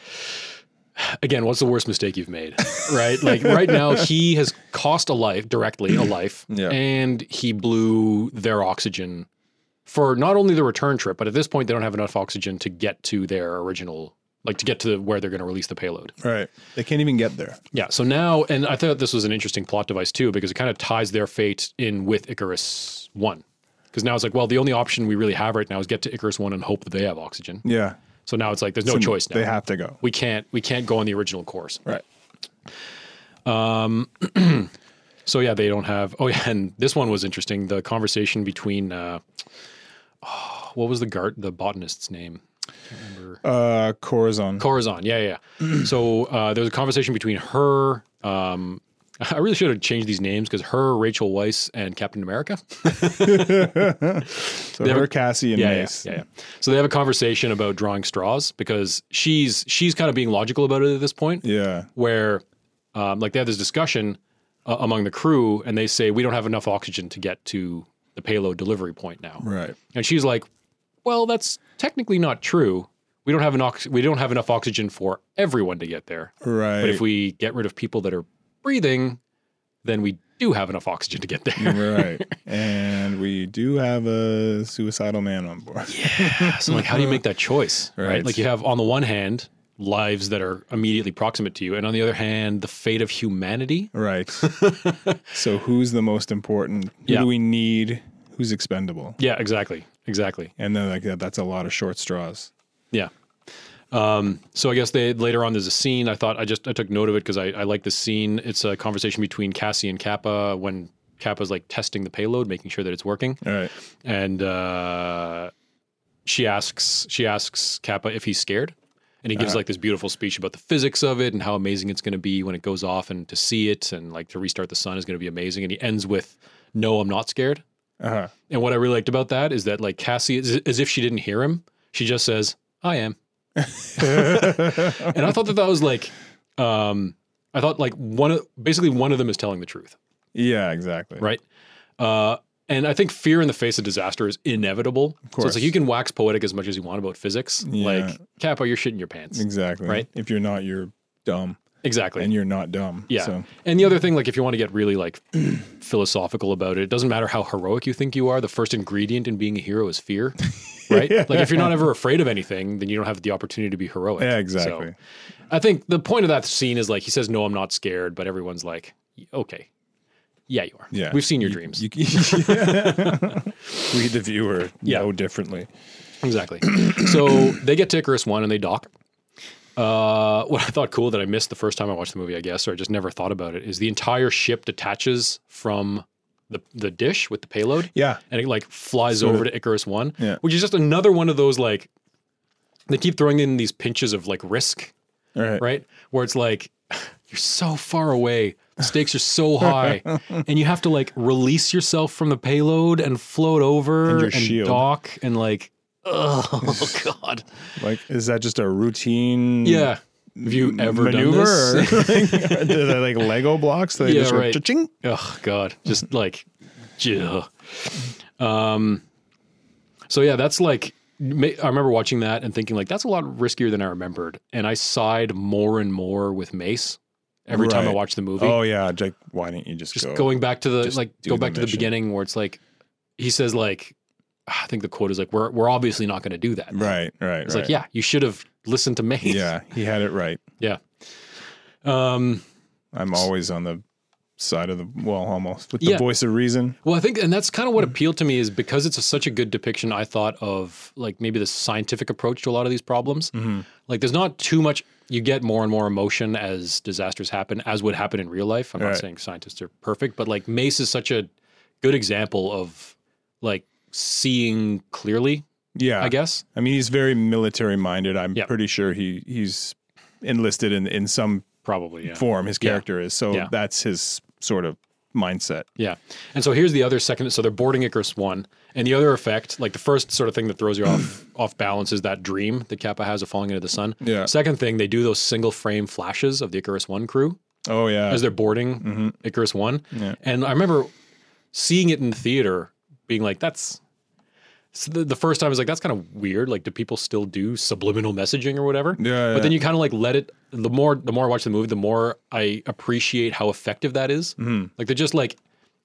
S1: again, what's the worst mistake you've made, right? like right now, he has cost a life directly, a life,
S2: Yeah.
S1: and he blew their oxygen for not only the return trip, but at this point, they don't have enough oxygen to get to their original, like to get to where they're going to release the payload.
S2: Right. They can't even get there.
S1: Yeah. So now, and I thought this was an interesting plot device too, because it kind of ties their fate in with Icarus One. Because now it's like, well, the only option we really have right now is get to Icarus One and hope that they have oxygen.
S2: Yeah.
S1: So now it's like there's no choice now.
S2: They have to go.
S1: we can't we can't go on the original course.
S2: Right.
S1: So yeah, they don't have. Oh [laughs] yeah, and this one was interesting. The conversation between uh, oh, what was the guard the botanist's name?
S2: Uh, Corazon.
S1: Corazon. Yeah, yeah.
S2: [clears throat]
S1: yeah. so uh, there was a conversation between her. Um, [laughs] I really should have changed these names because her, Rachel Weiss, and Captain
S2: [laughs]
S1: America.
S2: so her, Cassie, and
S1: yeah, yeah,
S2: Mace.
S1: yeah, yeah. So they have a conversation about drawing straws because she's she's kind of being logical about it at this point.
S2: Yeah.
S1: where um, like they have this discussion uh, among the crew and they say we don't have enough oxygen to get to the payload delivery point now
S2: Right.
S1: and she's like well that's technically not true we don't have an ox- we don't have enough oxygen for everyone to get there
S2: Right.
S1: but if we get rid of people that are breathing then we do have enough oxygen to get there [laughs]
S2: right. And we do have a suicidal man on board.
S1: [laughs] so like how do you make that choice right,
S2: Right.
S1: like you have on the one hand lives that are immediately proximate to you, and on the other hand, the fate of humanity. [laughs]
S2: Right. so who's the most important? Who
S1: Yeah.
S2: do we need? Who's expendable?
S1: Yeah, exactly, exactly.
S2: And then like that, that's a lot of short straws.
S1: Yeah. Um, so I guess they later on there's a scene. I thought I just I took note of it because I, I like this scene. It's a conversation between Cassie and Kappa when Kappa's like testing the payload, making sure that it's working.
S2: All right.
S1: And uh, she asks she asks Kappa if he's scared. And he gives like this beautiful speech about the physics of it and how amazing it's going to be when it goes off and to see it and like to restart the sun is going to be amazing. And he ends with, "No, I'm not scared." [laughs]
S2: Uh-huh.
S1: And what I really liked about that is that like Cassie, is, as if she didn't hear him, she just says, "I am." and I thought that that was like, um, I thought like one of basically one of them is telling the truth,
S2: Yeah, exactly.
S1: right? Uh, and I think fear in the face of disaster is inevitable. Of So
S2: course.
S1: it's like you can wax poetic as much as you want about physics.
S2: Yeah.
S1: Like Kappa, you're shitting your pants.
S2: Exactly.
S1: Right.
S2: If you're not, you're dumb,
S1: Exactly.
S2: and you're not dumb.
S1: Yeah.
S2: So
S1: And the other thing, like if you want to get really like [clears throat] philosophical about it, it doesn't matter how heroic you think you are. The first ingredient in being a hero is
S2: [laughs]
S1: fear, right? Like if you're not ever afraid of anything, then you don't have the opportunity to be heroic.
S2: yeah,
S1: So,
S2: exactly.
S1: I think the point of that scene is like he says, "No, I'm not scared," but everyone's like, "Okay, yeah, you are.
S2: Yeah.
S1: we've seen your
S2: You-
S1: dreams." [laughs]
S2: you- [laughs] we, the viewer,
S1: Yeah.
S2: know differently.
S1: Exactly. so [clears throat] they get to Icarus one and they dock. Uh, what I thought cool that I missed the first time I watched the movie, I guess, or I just never thought about it, is the entire ship detaches from the the dish with the payload.
S2: Yeah.
S1: and it like flies
S2: Sort
S1: over
S2: of.
S1: to Icarus One,
S2: Yeah.
S1: which is just another one of those like they keep throwing in these pinches of like risk,
S2: All right.
S1: [laughs] right? Where it's like you're so far away, the stakes are so
S2: [laughs]
S1: high, and you have to like release yourself from the payload and float over
S2: And your
S1: and
S2: shield.
S1: dock and like [laughs] oh god,
S2: Like, is that just a routine?
S1: yeah. Have you ever
S2: maneuver?
S1: done [laughs] this?
S2: or anything? Are they like [laughs] Lego blocks? They
S1: Yeah,
S2: just go
S1: right.
S2: cha-ching?
S1: Oh God, just like, yeah. Um, so yeah, that's like ma- I remember watching that and thinking like that's a lot riskier than I remembered, and I side more and more with Mace every time I
S2: Right.
S1: watch the movie.
S2: Oh yeah, Jake. Why didn't you just,
S1: just
S2: go?
S1: going back to the
S2: just
S1: like
S2: do
S1: go
S2: the
S1: back to the
S2: mission.
S1: beginning where it's like he says like I think the quote is like we're we're obviously not going to do that.
S2: Right, right.
S1: It's
S2: right.
S1: like yeah, you should have listened to Mace.
S2: yeah. He had it right.
S1: yeah. [laughs] Um.
S2: I'm always on the side of the well, almost with the
S1: Yeah.
S2: voice of reason.
S1: Well, I think, and that's kind of what appealed to me is because it's a, such a good depiction. I thought of like maybe the scientific approach to a lot of these problems.
S2: Mm-hmm.
S1: Like, there's not too much. You get more and more emotion as disasters happen, as would happen in real life. I'm not
S2: Right.
S1: saying scientists are perfect, but like Mace is such a good example of like seeing clearly.
S2: Yeah,
S1: I guess.
S2: I mean, he's very military minded. I'm
S1: Yeah.
S2: pretty sure he he's enlisted in in some
S1: Probably, yeah.
S2: form. His character is so
S1: Yeah.
S2: that's his sort of mindset.
S1: Yeah. And so here's the other second. So they're boarding Icarus one, and the other effect, like the first sort of thing that throws you off off balance, is that dream that Kappa has of falling into the sun.
S2: Yeah.
S1: Second thing, they do those single frame flashes of the Icarus one crew
S2: Oh yeah,
S1: as they're boarding
S2: Mm-hmm.
S1: Icarus one, and I remember seeing it in the theater, being like, "That's." So the, the first time I was like, that's kind of weird. Like, do people still do subliminal messaging or whatever?
S2: Yeah,
S1: But then
S2: yeah.
S1: you kind of like let it. The more the more I watch the movie, the more I appreciate how effective that is.
S2: Mm-hmm.
S1: Like they're just like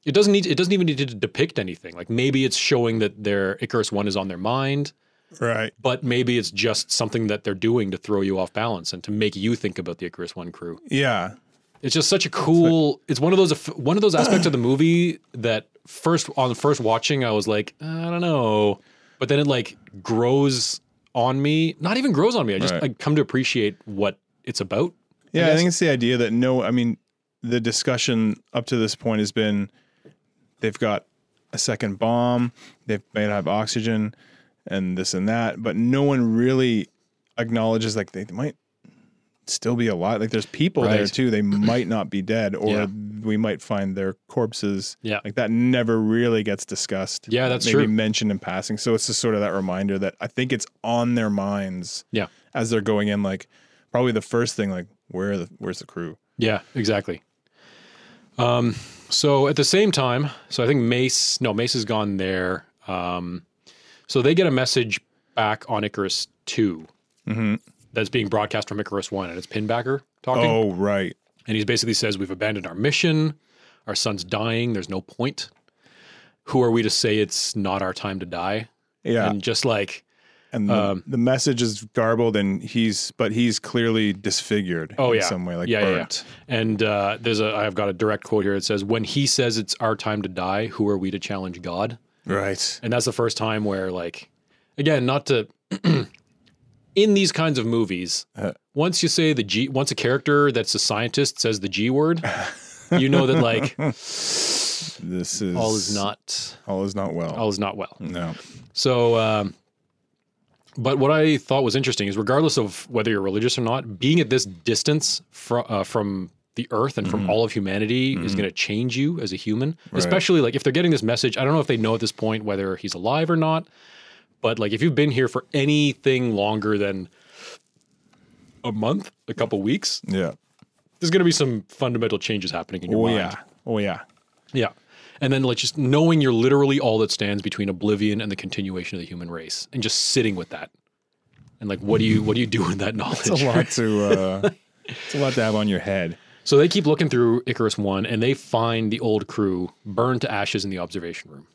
S1: it doesn't need it doesn't even need to depict anything. Like maybe it's showing that their Icarus one is on their mind,
S2: right.
S1: but maybe it's just something that they're doing to throw you off balance and to make you think about the Icarus one crew.
S2: Yeah,
S1: It's just such a cool. It's one of those one of those aspects of the movie that first on first watching I was like I don't know, but then it like grows on me. Not even grows on me. I just
S2: Right.
S1: like come to appreciate what it's about.
S2: Yeah, I, think it's the idea that no, I mean, the discussion up to this point has been they've got a second bomb, they might have oxygen, and this and that, but no one really acknowledges like they might still be alive. Like there's people there
S1: Right.
S2: too. They might not be dead, or
S1: Yeah.
S2: we might find their corpses.
S1: Yeah.
S2: like that never really gets discussed.
S1: Yeah, that's
S2: maybe
S1: true.
S2: mentioned in passing. So it's just sort of that reminder that I think it's on their minds
S1: Yeah.
S2: as they're going in, like probably the first thing, like where are the where's the crew?
S1: Yeah, exactly. Um, so at the same time, so I think Mace, no, Mace has gone there. Um, so they get a message back on Icarus 2 that's being broadcast from Icarus 1, and it's Pinbacker talking.
S2: Mm-hmm. Oh right,
S1: And he basically says, We've abandoned our mission. Our son's dying. There's no point. Who are we to say it's not our time to die?
S2: yeah,
S1: And just like,
S2: and the,
S1: um,
S2: the message is garbled, and he's but he's clearly disfigured.
S1: Oh
S2: in
S1: yeah,
S2: some way like
S1: yeah, yeah,
S2: burnt.
S1: yeah. And uh, there's a I've got a direct quote here. It says, "When he says it's our time to die, who are we to challenge God?"
S2: Right.
S1: And that's the first time where, like, again, not to [clears throat] in these kinds of movies,
S2: Uh-huh.
S1: once you say the G, once a character that's a scientist says the G word, you know that
S2: [laughs]
S1: like
S2: This is
S1: all is not
S2: all is not well.
S1: all is not well.
S2: no.
S1: So, um, but what I thought was interesting is, regardless of whether you're religious or not, being at this distance fr- uh, from the earth and
S2: Mm-hmm.
S1: from all of humanity is going to change you as a human. Especially like if they're getting this message, I don't know if they know at this point whether he's alive or not. But like if you've been here for anything longer than a month, a couple weeks,
S2: Yeah.
S1: there's going to be some fundamental changes happening in your
S2: Oh
S1: mind.
S2: yeah.
S1: [laughs]
S2: Oh yeah.
S1: Yeah. And then like just knowing you're literally all that stands between oblivion and the continuation of the human race and just sitting with that. And like what do you what do you do with that [laughs] knowledge?
S2: It's a lot to uh, it's a lot to have on your head.
S1: So they keep looking through Icarus 1 and they find the old crew burned to ashes in the observation room.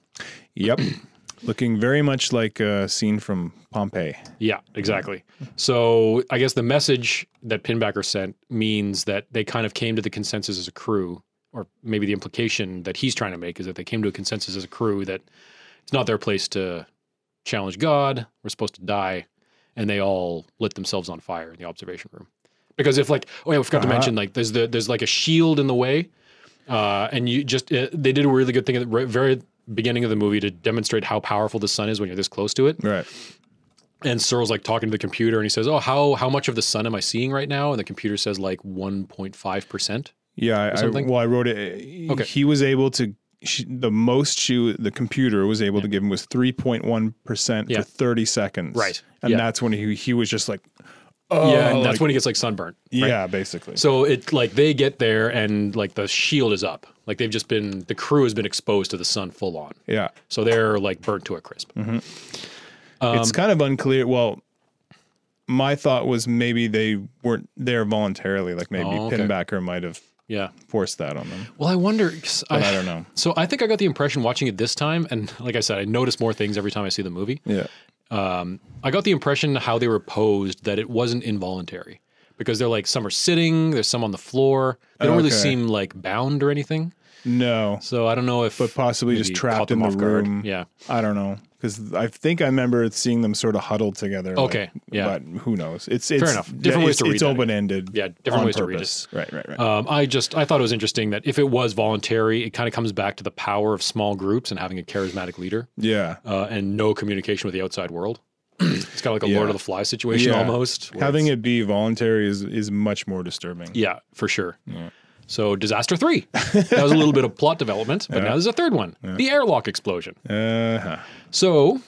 S2: Yep. [clears throat] Looking very much like a scene from Pompeii.
S1: Yeah, exactly. So I guess the message that Pinbacker sent means that they kind of came to the consensus as a crew, or maybe the implication that he's trying to make is that they came to a consensus as a crew that it's not their place to challenge God. We're supposed to die, and they all lit themselves on fire in the observation room. Because if like oh yeah, I forgot to mention like there's the there's like a shield in the way, uh, and you just uh they did a really good thing at the re- very beginning of the movie to demonstrate how powerful the sun is when you're this close to it
S2: Right.
S1: and Searle's like talking to the computer and he says, "Oh, how how much of the sun am I seeing right now?" And the computer says like 1.5%.
S2: Yeah. I, I,
S1: something?
S2: well, I wrote it.
S1: Okay.
S2: He was able to. She, the most she, w- the computer was able to give him was three point one percent
S1: Yeah.
S2: for thirty seconds.
S1: Right.
S2: And
S1: Yeah.
S2: that's when he he was just like, oh,
S1: yeah, and that's
S2: like-
S1: when he gets like sunburned.
S2: yeah, basically.
S1: So it like they get there and like the shield is up. Like they've just been the crew has been exposed to the sun full on.
S2: yeah.
S1: So they're like burnt to a crisp.
S2: Mm-hmm.
S1: um,
S2: it's kind of unclear. Well, my thought was maybe they weren't there voluntarily. Like maybe
S1: Oh, okay.
S2: Pinbacker might have
S1: Yeah.
S2: forced that on them.
S1: Well, I wonder. 'cause
S2: But I don't know.
S1: So I think I got the impression watching it this time, and like I said, I notice more things every time I see the movie.
S2: Yeah.
S1: I got the impression how they were posed that it wasn't involuntary because they're like some are sitting, there's some on the floor. They don't really
S2: Okay.
S1: seem like bound or anything.
S2: No.
S1: So I don't know if
S2: But possibly
S1: maybe
S2: just
S1: caught
S2: trapped in
S1: them
S2: the
S1: off guard.
S2: room.
S1: Yeah.
S2: I don't know because I think I remember seeing them sort of huddled together. like-
S1: Okay, yeah.
S2: But who knows? It's it's
S1: enough.
S2: yeah,
S1: Different ways
S2: it's,
S1: to read
S2: It's
S1: that, I
S2: open ended.
S1: Yeah, different ways to read it.
S2: Right. Right. Right.
S1: Um, I just I thought it was interesting that if it was voluntary, it kind of comes back to the power of small groups and having a charismatic leader
S2: yeah.
S1: uh, and no communication with the outside world. [clears throat] it's kind of like a Lord of
S2: Yeah.
S1: the Fly situation
S2: Yeah.
S1: almost. where
S2: Having
S1: it's-
S2: it be voluntary is is much more disturbing.
S1: yeah, for sure. So disaster three. that was a little bit of plot development,
S2: [laughs]
S1: but now there's a third one: the airlock explosion.
S2: Uh-huh.
S1: So,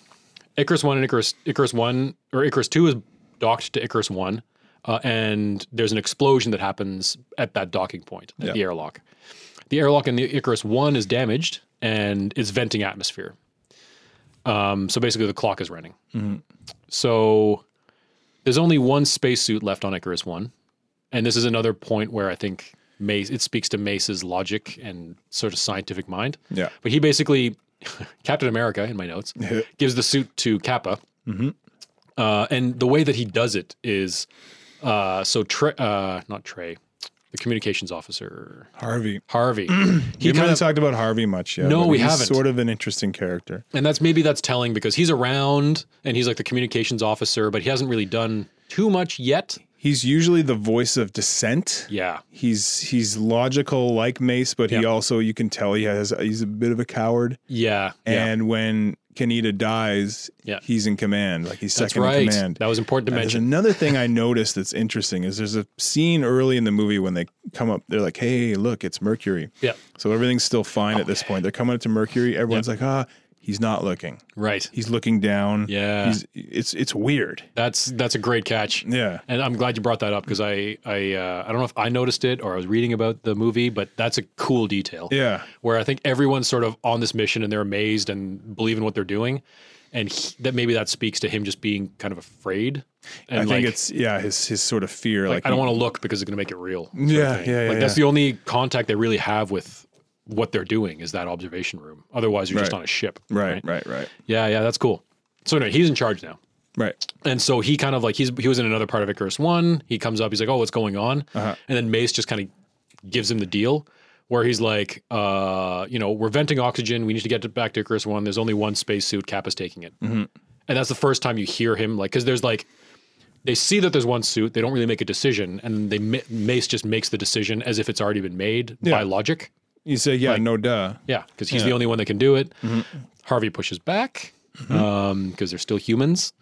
S1: Icarus One and Icarus Icarus One or Icarus Two is docked to Icarus One, uh, and there's an explosion that happens at that docking point at the airlock. The airlock in the Icarus One is damaged and it's venting atmosphere. Um, so basically, the clock is running. So there's only one spacesuit left on Icarus One, and this is another point where I think Mace it speaks to Mace's logic and sort of scientific mind.
S2: Yeah.
S1: But he basically, [laughs] Captain America, in my notes, gives the suit to Kappa.
S2: Mm-hmm.
S1: Uh, and the way that he does it is uh, so, Tre- uh, not Trey, the communications officer,
S2: Harvey. [clears throat]
S1: Harvey.
S2: We
S1: he
S2: haven't
S1: kind
S2: really
S1: of,
S2: talked about Harvey much yet.
S1: No,
S2: but
S1: we
S2: he's
S1: haven't.
S2: Sort of an interesting character.
S1: and that's maybe that's telling because he's around and he's like the communications officer, but he hasn't really done too much yet.
S2: He's usually the voice of dissent.
S1: Yeah.
S2: He's he's logical like Mace, but he
S1: Yeah.
S2: also you can tell he has he's a bit of a coward.
S1: Yeah. yeah.
S2: And when Kaneda dies,
S1: Yeah.
S2: he's in command. Like he's
S1: That's
S2: second in
S1: right.
S2: command.
S1: That was important to
S2: And there's
S1: mention.
S2: another
S1: [laughs]
S2: thing I noticed that's interesting is there's a scene early in the movie when they come up, they're like, Hey, look, it's Mercury.
S1: Yeah.
S2: So everything's still fine at this point. They're coming up to Mercury, everyone's like, ah, he's not looking.
S1: Right.
S2: He's looking down.
S1: Yeah.
S2: He's it's it's weird.
S1: That's that's a great catch.
S2: Yeah.
S1: and I'm glad you brought that up because I I uh, I don't know if I noticed it or I was reading about the movie, but that's a cool detail.
S2: Yeah.
S1: where I think everyone's sort of on this mission and they're amazed and believe in what they're doing, and he, that maybe that speaks to him just being kind of afraid. And
S2: I
S1: like,
S2: think it's yeah, his his sort of fear. Like,
S1: like, I don't want to look because it's going to make it real. sort of
S2: Yeah,
S1: thing.
S2: yeah, yeah,
S1: Like that's
S2: yeah.
S1: the only contact they really have with what they're doing is that observation room. Otherwise, you're just
S2: Right.
S1: on a ship.
S2: Right, right, right.
S1: Yeah, yeah, that's cool. So anyway, he's in charge now.
S2: Right.
S1: And so he kind of like he's he was in another part of Icarus One. He comes up, he's like, "Oh, what's going on?" And then Mace just kind of gives him the deal, where he's like, uh, "You know, we're venting oxygen. We need to get to- back to Icarus One. There's only one spacesuit. Kappa's taking it." And that's the first time you hear him like because there's like they see that there's one suit. They don't really make a decision, and they Ma- Mace just makes the decision as if it's already been made by logic.
S2: You say, yeah, Mm-hmm. no duh.
S1: Yeah, because he's the only one that can do it. Harvey pushes back
S2: Mm-hmm.
S1: because they're still humans.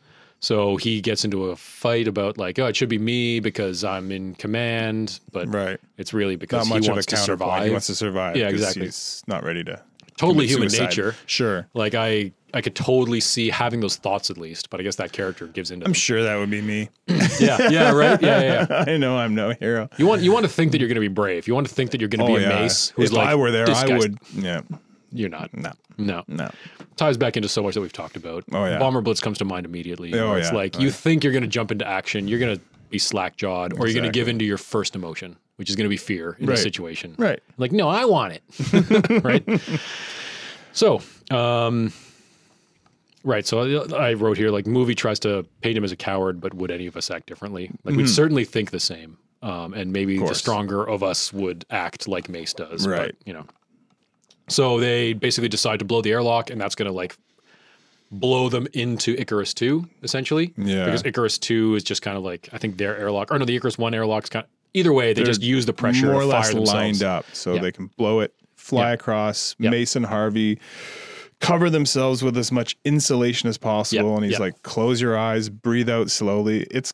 S1: So he gets into a fight about like, oh, it should be me because I'm in command, but
S2: Right.
S1: it's really
S2: Not
S1: because
S2: much
S1: he
S2: of a
S1: wants to
S2: counterpoint.
S1: survive.
S2: He wants to survive.
S1: Yeah,
S2: 'cause
S1: exactly.
S2: He's not ready to.
S1: Totally
S2: commit
S1: human
S2: suicide.
S1: nature.
S2: Sure.
S1: Like I, I could totally see having those thoughts at least, but I guess that character gives into.
S2: I'm sure that would be me. [laughs]
S1: them. yeah, yeah, right, yeah, yeah. yeah.
S2: I know I'm no hero.
S1: You want you want to think that you're going to be brave. You want to think that you're going to be a mace who's
S2: Oh, if
S1: like,
S2: I were there,
S1: "This
S2: I
S1: guy's-"
S2: would. Yeah.
S1: You're not.
S2: No.
S1: No.
S2: No.
S1: ties back into so much that we've talked about.
S2: Oh, yeah.
S1: Bomber Blitz comes to mind immediately.
S2: Oh,
S1: where it's
S2: yeah.
S1: like
S2: Oh,
S1: you
S2: yeah.
S1: think you're going to jump into action, you're going to be slack jawed, or you're going to give
S2: Exactly.
S1: into your first emotion, which is going to be fear in
S2: Right.
S1: this situation.
S2: Right.
S1: Like, no, I want it. [laughs] right. So, um, right. So I I wrote here like movie tries to paint him as a coward, but would any of us act differently? Like we'd certainly think the same. Um, and maybe the
S2: Hmm. course.
S1: stronger of us would act like Mace does.
S2: Right.
S1: But, you know, so they basically decide to blow the airlock, and that's going to like blow them into Icarus Two, essentially.
S2: Yeah.
S1: Because Icarus Two is just kind of like I think their airlock, or no, the Icarus One airlock's kind. Either way, they just use the pressure
S2: More or
S1: to fire
S2: less
S1: themselves.
S2: lined up so
S1: Yeah.
S2: they can blow it, fly across.
S1: Yeah.
S2: Mason Harvey cover themselves with as much insulation as possible.
S1: Yeah.
S2: And he's
S1: Yeah.
S2: like, close your eyes, breathe out slowly. It's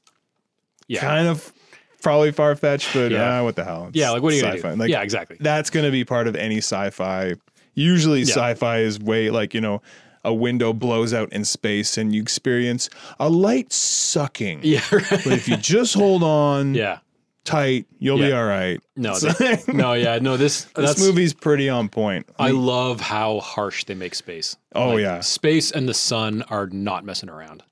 S1: Yeah.
S2: kind of probably far fetched, but
S1: Yeah.
S2: ah, what the hell? It's
S1: yeah. Like what are you going to
S2: sci-fi.
S1: do?
S2: Like,
S1: yeah.
S2: [laughs]
S1: Exactly.
S2: that's going to be part of any sci-fi. Usually, sci-fi is way like you know, a window blows out in space, and you experience a light sucking.
S1: Yeah. right.
S2: But if you just hold
S1: [laughs]
S2: on
S1: yeah.
S2: tight, you'll be
S1: Yeah.
S2: all right.
S1: No.
S2: It's
S1: they-
S2: like- [laughs]
S1: no. Yeah. No. This.
S2: this
S1: that's,
S2: movie's pretty on point.
S1: I love how harsh they make space.
S2: Oh,
S1: Like,
S2: yeah.
S1: Space and the sun are not messing around.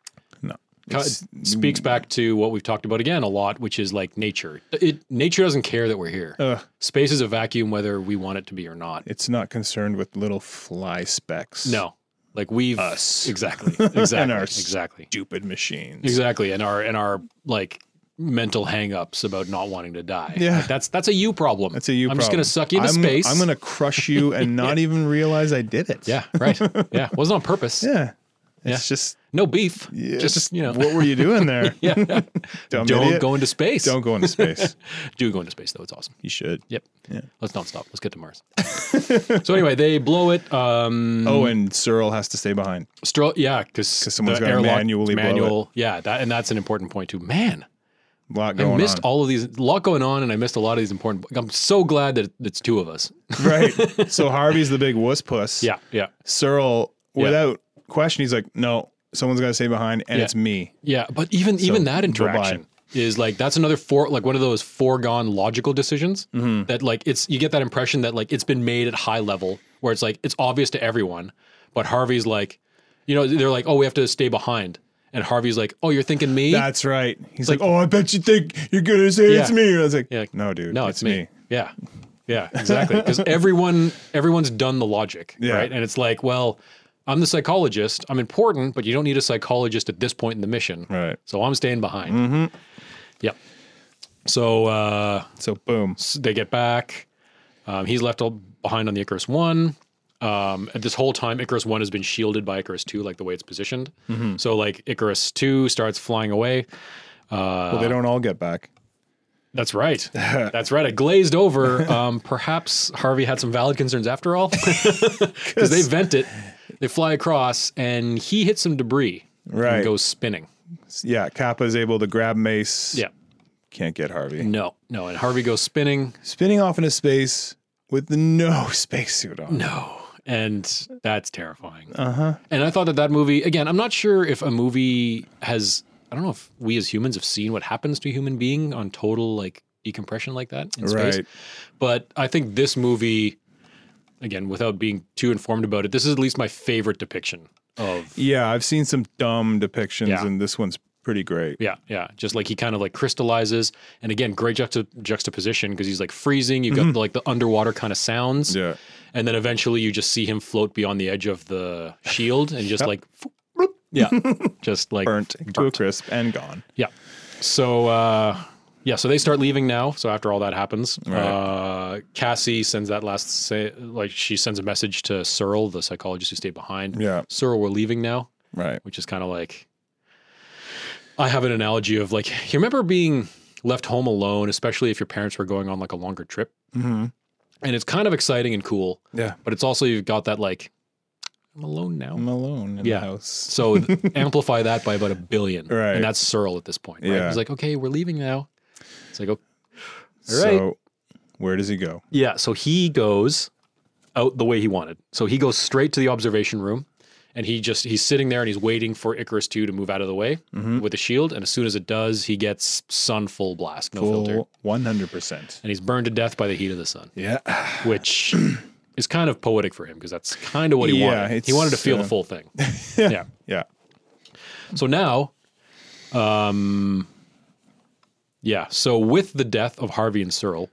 S2: no,
S1: Ca-
S2: It's-
S1: it speaks back to what we've talked about again a lot, which is like nature. It nature doesn't care that we're here.
S2: Ugh.
S1: Space is a vacuum, whether we want it to be or not.
S2: Uh, it's not concerned with little fly specks.
S1: No, like we've
S2: Us. [laughs]
S1: exactly, exactly,
S2: our
S1: exactly,
S2: stupid machines.
S1: exactly, and our and our like mental hangups about not wanting to die.
S2: Yeah.
S1: Like, that's that's a you problem.
S2: That's a you.
S1: I'm just gonna
S2: problem.
S1: suck you into
S2: I'm-
S1: space.
S2: I'm gonna crush
S1: [laughs]
S2: you and not even realize I did it.
S1: Yeah,
S2: [laughs]
S1: right. Yeah, wasn't on purpose.
S2: yeah.
S1: Yeah.
S2: It's just
S1: No beef.
S2: Yeah,
S1: just, you know.
S2: what were you doing there?
S1: [laughs] yeah.
S2: [laughs] Dumb
S1: Don't
S2: idiot.
S1: go into space.
S2: Don't go
S1: [laughs]
S2: into space.
S1: do go into space though. It's awesome.
S2: you should.
S1: Yep. Let's not stop. Let's get to
S2: [laughs]
S1: Mars. so anyway, they blow it. Um,
S2: Oh, and Searle has to stay behind.
S1: Stroll, yeah, because
S2: someone's gotta manually blow it.
S1: Yeah, that and that's an important point too. Man,
S2: A lot
S1: I
S2: going
S1: missed
S2: on.
S1: all of these. A lot going on, and I missed a lot of these important. I'm so glad that it's two of us. [laughs]
S2: right. So Harvey's the big wuss puss.
S1: yeah, yeah,
S2: Searle,
S1: Yeah.
S2: without question, he's like, no, someone's got to stay behind, and
S1: Yeah.
S2: it's me.
S1: yeah. But even even that interaction is like that's another for like one of those foregone logical decisions
S2: Mm-hmm.
S1: that like it's you get that impression that like it's been made at high level where it's like it's obvious to everyone, but Harvey's like, you know, they're like, oh, we have to stay behind, and Harvey's like, oh, you're thinking me?
S2: That's right. He's like, oh, I bet you think you're going to say it's
S1: Yeah.
S2: me. And I was like,
S1: Yeah, like,
S2: no, dude.
S1: no, it's, me. Yeah. Yeah, exactly. Because everyone everyone's done the logic,
S2: Yeah.
S1: right? And it's like, well, I'm the psychologist. I'm important, but you don't need a psychologist at this point in the mission.
S2: Right.
S1: So I'm staying behind. Yep. So uh,
S2: So boom.
S1: s- they get back. Um, he's left all behind on the Icarus One. Um, and this whole time, Icarus One has been shielded by Icarus Two, like the way it's positioned. So like Icarus Two starts flying away.
S2: Well,
S1: Uh.
S2: they don't all get back.
S1: That's right. That's right. I glazed over. Um, perhaps Harvey had some valid concerns after all, [laughs] because they vent it, they fly across, and he hits some debris
S2: Right.
S1: and goes spinning.
S2: Yeah, Kappa's able to grab Mace.
S1: Yeah.
S2: Can't get Harvey.
S1: No, no, and Harvey goes spinning.
S2: Spinning off into space with no [laughs] spacesuit on.
S1: No, and that's terrifying. Uh huh. And I thought that that movie again. I'm not sure if a movie has. I don't know if we as humans have seen what happens to a human being on total like decompression like that in space.
S2: Right.
S1: But I think this movie, again, without being too informed about it, this is at least my favorite depiction of.
S2: Yeah, I've seen some dumb depictions,
S1: Yeah.
S2: and this one's pretty great.
S1: Yeah, yeah. Just like he kind of like crystallizes, and again, great juxta- juxtaposition because he's like freezing. You've got like the underwater kind of sounds,
S2: Yeah.
S1: and then eventually you just see him float beyond the edge of the shield and just like
S2: [laughs]
S1: Yeah, just like
S2: burnt to a crisp and gone.
S1: Yeah. So uh, yeah, so they start leaving now. So after all that happens, uh, Cassie sends that last say, like she sends a message to Searle, the psychologist who stayed behind.
S2: Yeah.
S1: Searle, we're leaving now,
S2: Right.
S1: which is kind of like I have an analogy of like you remember being left home alone, especially if your parents were going on like a longer trip,
S2: Mm-hmm.
S1: and it's kind of exciting and cool,
S2: Yeah.
S1: but it's also you've got that like I'm alone now.
S2: I'm alone in
S1: Yeah.
S2: the house.
S1: So
S2: [laughs]
S1: th- amplify that by about a billion.
S2: Right.
S1: And that's Searle at this point. Right?
S2: Yeah.
S1: He's like, okay, we're leaving now. It's like, okay.
S2: So where does he go?
S1: Yeah. So he goes out the way he wanted. So he goes straight to the observation room and he just, he's sitting there and he's waiting for Icarus 2 to move out of the way
S2: Mm-hmm.
S1: with the shield. And as soon as it does, he gets sun full blast, no filter.
S2: Full 100%.
S1: And he's burned to death by the heat of the sun,
S2: Yeah.
S1: which is kind of poetic for him because that's kind of what he
S2: Yeah,
S1: wanted. He
S2: it's,
S1: wanted to feel
S2: uh,
S1: the full thing.
S2: [laughs]
S1: yeah.
S2: [sighs] Yeah.
S1: So now, um, yeah. So with the death of Harvey and Searle,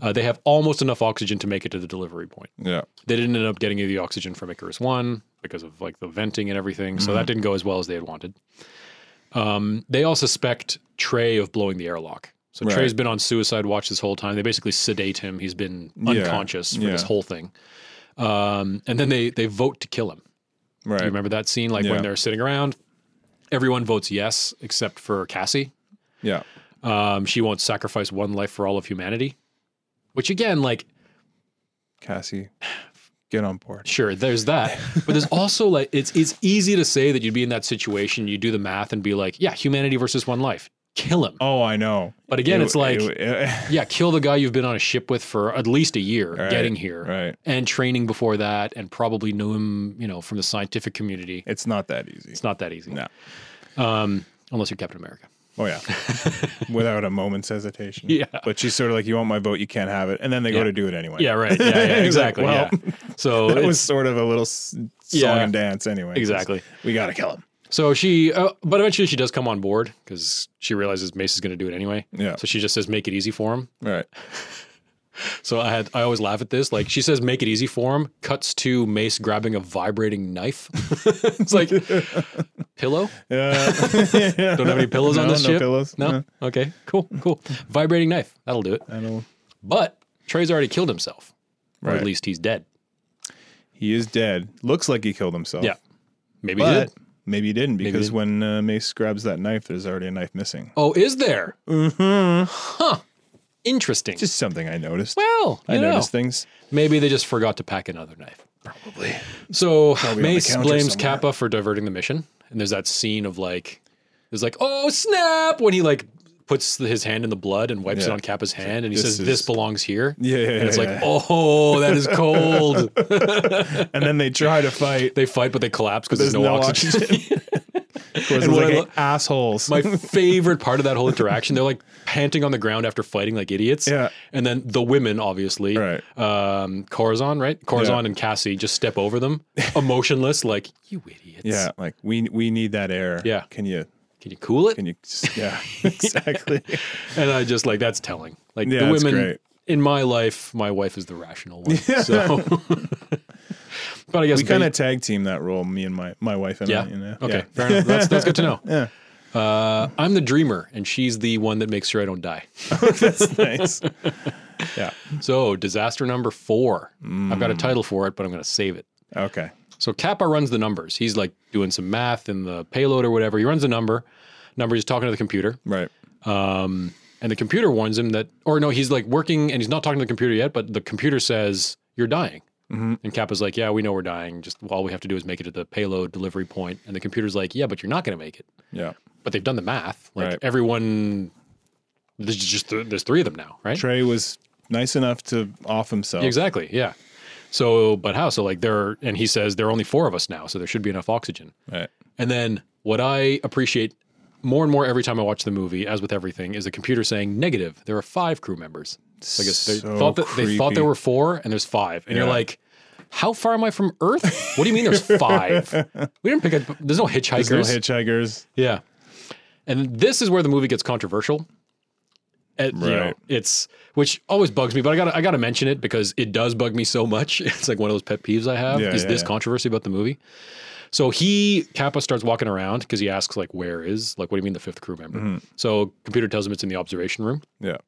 S1: uh, they have almost enough oxygen to make it to the delivery point.
S2: Yeah.
S1: They didn't end up getting any of the oxygen from Icarus One because of like the venting and everything. So
S2: Mm-hmm.
S1: that didn't go as well as they had wanted. Um, they all suspect Trey of blowing the airlock. So
S2: Right.
S1: Trey's been on suicide watch this whole time. They basically sedate him. He's been
S2: Yeah.
S1: unconscious for this
S2: Yeah.
S1: whole thing. Um, and then they they vote to kill him.
S2: Right.
S1: You remember that scene, like
S2: Yeah.
S1: when they're sitting around, everyone votes yes except for Cassie.
S2: Yeah.
S1: Um, she won't sacrifice one life for all of humanity. Which again, like,
S2: Cassie, get on board.
S1: sure, there's that, but
S2: [laughs]
S1: there's also like it's it's easy to say that you'd be in that situation. You do the math and be like, yeah, humanity versus one life, kill him.
S2: Oh, I know.
S1: But again,
S2: It-
S1: it's like,
S2: it- it- [laughs]
S1: yeah, kill the guy you've been on a ship with for at least a year
S2: Right,
S1: getting here
S2: right.
S1: and training before that, and probably knew him, you know, from the scientific community.
S2: It's not that easy.
S1: It's not that easy.
S2: No.
S1: Um, unless you're Captain America. [laughs]
S2: Oh yeah, without a moment's hesitation.
S1: Yeah.
S2: but she's sort of like, "You want my vote? You can't have it." And then they
S1: Yeah.
S2: go to do it anyway.
S1: Yeah,
S2: [laughs]
S1: right. Yeah, yeah [laughs]
S2: It's like,
S1: exactly.
S2: well,
S1: yeah. So
S2: [laughs] That
S1: it's-
S2: was sort of a little s- song
S1: Yeah.
S2: and dance anyway.
S1: Exactly.
S2: We gotta kill him.
S1: so she, uh, but eventually she does come on board because she realizes Mace is going to do it anyway.
S2: Yeah.
S1: So she just says, "Make it easy for him."
S2: Right.
S1: [laughs] So I had, I always laugh at this. Like she says, "Make it easy for him." Cuts to Mace grabbing a vibrating knife. [laughs] it's like pillow.
S2: Yeah.
S1: Don't have any pillows on
S2: No,
S1: this
S2: no
S1: ship.
S2: pillows.
S1: No.
S2: No.
S1: Okay. Cool. Cool. Vibrating knife. That'll do it.
S2: I don't.
S1: But Trey's already killed himself, or
S2: Right.
S1: at least he's dead.
S2: He is dead. Looks like he killed himself.
S1: Yeah. Maybe he
S2: but
S1: did.
S2: maybe he didn't because
S1: didn't.
S2: when uh, Mace grabs that knife, there's already a knife missing.
S1: Oh, is there? Mm-hmm. Huh. Interesting.
S2: Just something I noticed.
S1: well, you
S2: I
S1: know.
S2: noticed things.
S1: Maybe they just forgot to pack another knife. Probably. So
S2: the
S1: Mace
S2: counter
S1: blames
S2: somewhere.
S1: Kappa for diverting the mission, and there's that scene of like, there's like, oh snap, when he like puts his hand in the blood and wipes it
S2: Yeah.
S1: on Kappa's hand, and he
S2: This
S1: says,
S2: is-
S1: "This belongs here."
S2: Yeah, yeah,
S1: and it's
S2: yeah,
S1: like,
S2: yeah.
S1: oh, that is
S2: [laughs]
S1: cold.
S2: And then they try to fight.
S1: they fight, but they collapse because there's,
S2: There's
S1: no,
S2: no
S1: oxygen.
S2: [laughs] Of course,
S1: And
S2: it's
S1: what
S2: like
S1: I
S2: "Hey,
S1: lo-
S2: assholes.
S1: My favorite part of that whole interaction, they're like panting on the ground after fighting like idiots.
S2: Yeah.
S1: And then the women, obviously,
S2: [laughs] Right.
S1: um, Corazon, right? Corazon
S2: Yeah.
S1: and Cassie just step over them, [laughs] emotionless, like, you idiots.
S2: yeah, like we we need that air.
S1: Yeah.
S2: Can you
S1: Can you cool it?
S2: Can you?
S1: [laughs]
S2: Just, yeah, exactly.
S1: and I just like, that's telling. Like,
S2: Yeah,
S1: the
S2: it's
S1: women
S2: great.
S1: in my life, my wife is the rational
S2: [laughs]
S1: one. So, [laughs] but I guess
S2: we kind
S1: they-
S2: of tag team that role, me and my my wife and
S1: Yeah.
S2: I. You know?
S1: Okay.
S2: Yeah.
S1: Fair enough. That's, that's good to
S2: [laughs]
S1: know. Uh, I'm the dreamer, and she's the one that makes sure I don't die.
S2: That's [laughs] nice. yeah.
S1: So, disaster number four. I've
S2: Mm.
S1: got a title for it, but I'm going to save it.
S2: Okay.
S1: So Kappa runs the numbers. He's like doing some math in the payload or whatever. He runs the number. Number. He's talking to the computer,
S2: Right.
S1: and the computer warns him that, or no, he's like working and he's not talking to the computer yet, but the computer says you're dying. And Kappa's like, yeah, we know we're dying. Just all we have to do is make it to the payload delivery point. And the computer's like, yeah, but you're not going to make it.
S2: Yeah.
S1: But they've done the math. Like
S2: Right.
S1: everyone, there's just th- there's three of them now, right?
S2: Trey was nice enough to off himself.
S1: Exactly. Yeah. So, but how? So like there, are, and he says there are only four of us now, so there should be enough oxygen.
S2: Right.
S1: And then what I appreciate more and more every time I watch the movie, as with everything, is the computer saying negative. There are five crew members. So I guess they
S2: So
S1: thought that they thought
S2: creepy.
S1: there were four, and there's five. And you're
S2: Yeah.
S1: like, how far am I from Earth? What do you mean there's five? we didn't pick up. There's no hitchhikers.
S2: There's no hitchhikers.
S1: yeah. And this is where the movie gets controversial. At, you know,
S2: Right.
S1: it's which always bugs me, but I gotta I gotta mention it because it does bug me so much. [laughs] It's like one of those pet peeves I have.
S2: Yeah,
S1: is
S2: yeah,
S1: this
S2: yeah.
S1: controversy about the movie? So he Kappa starts walking around because he asks like, "Where is like what do you mean the fifth crew member?"
S2: Mm-hmm.
S1: So computer tells him it's in the observation room.
S2: Yeah.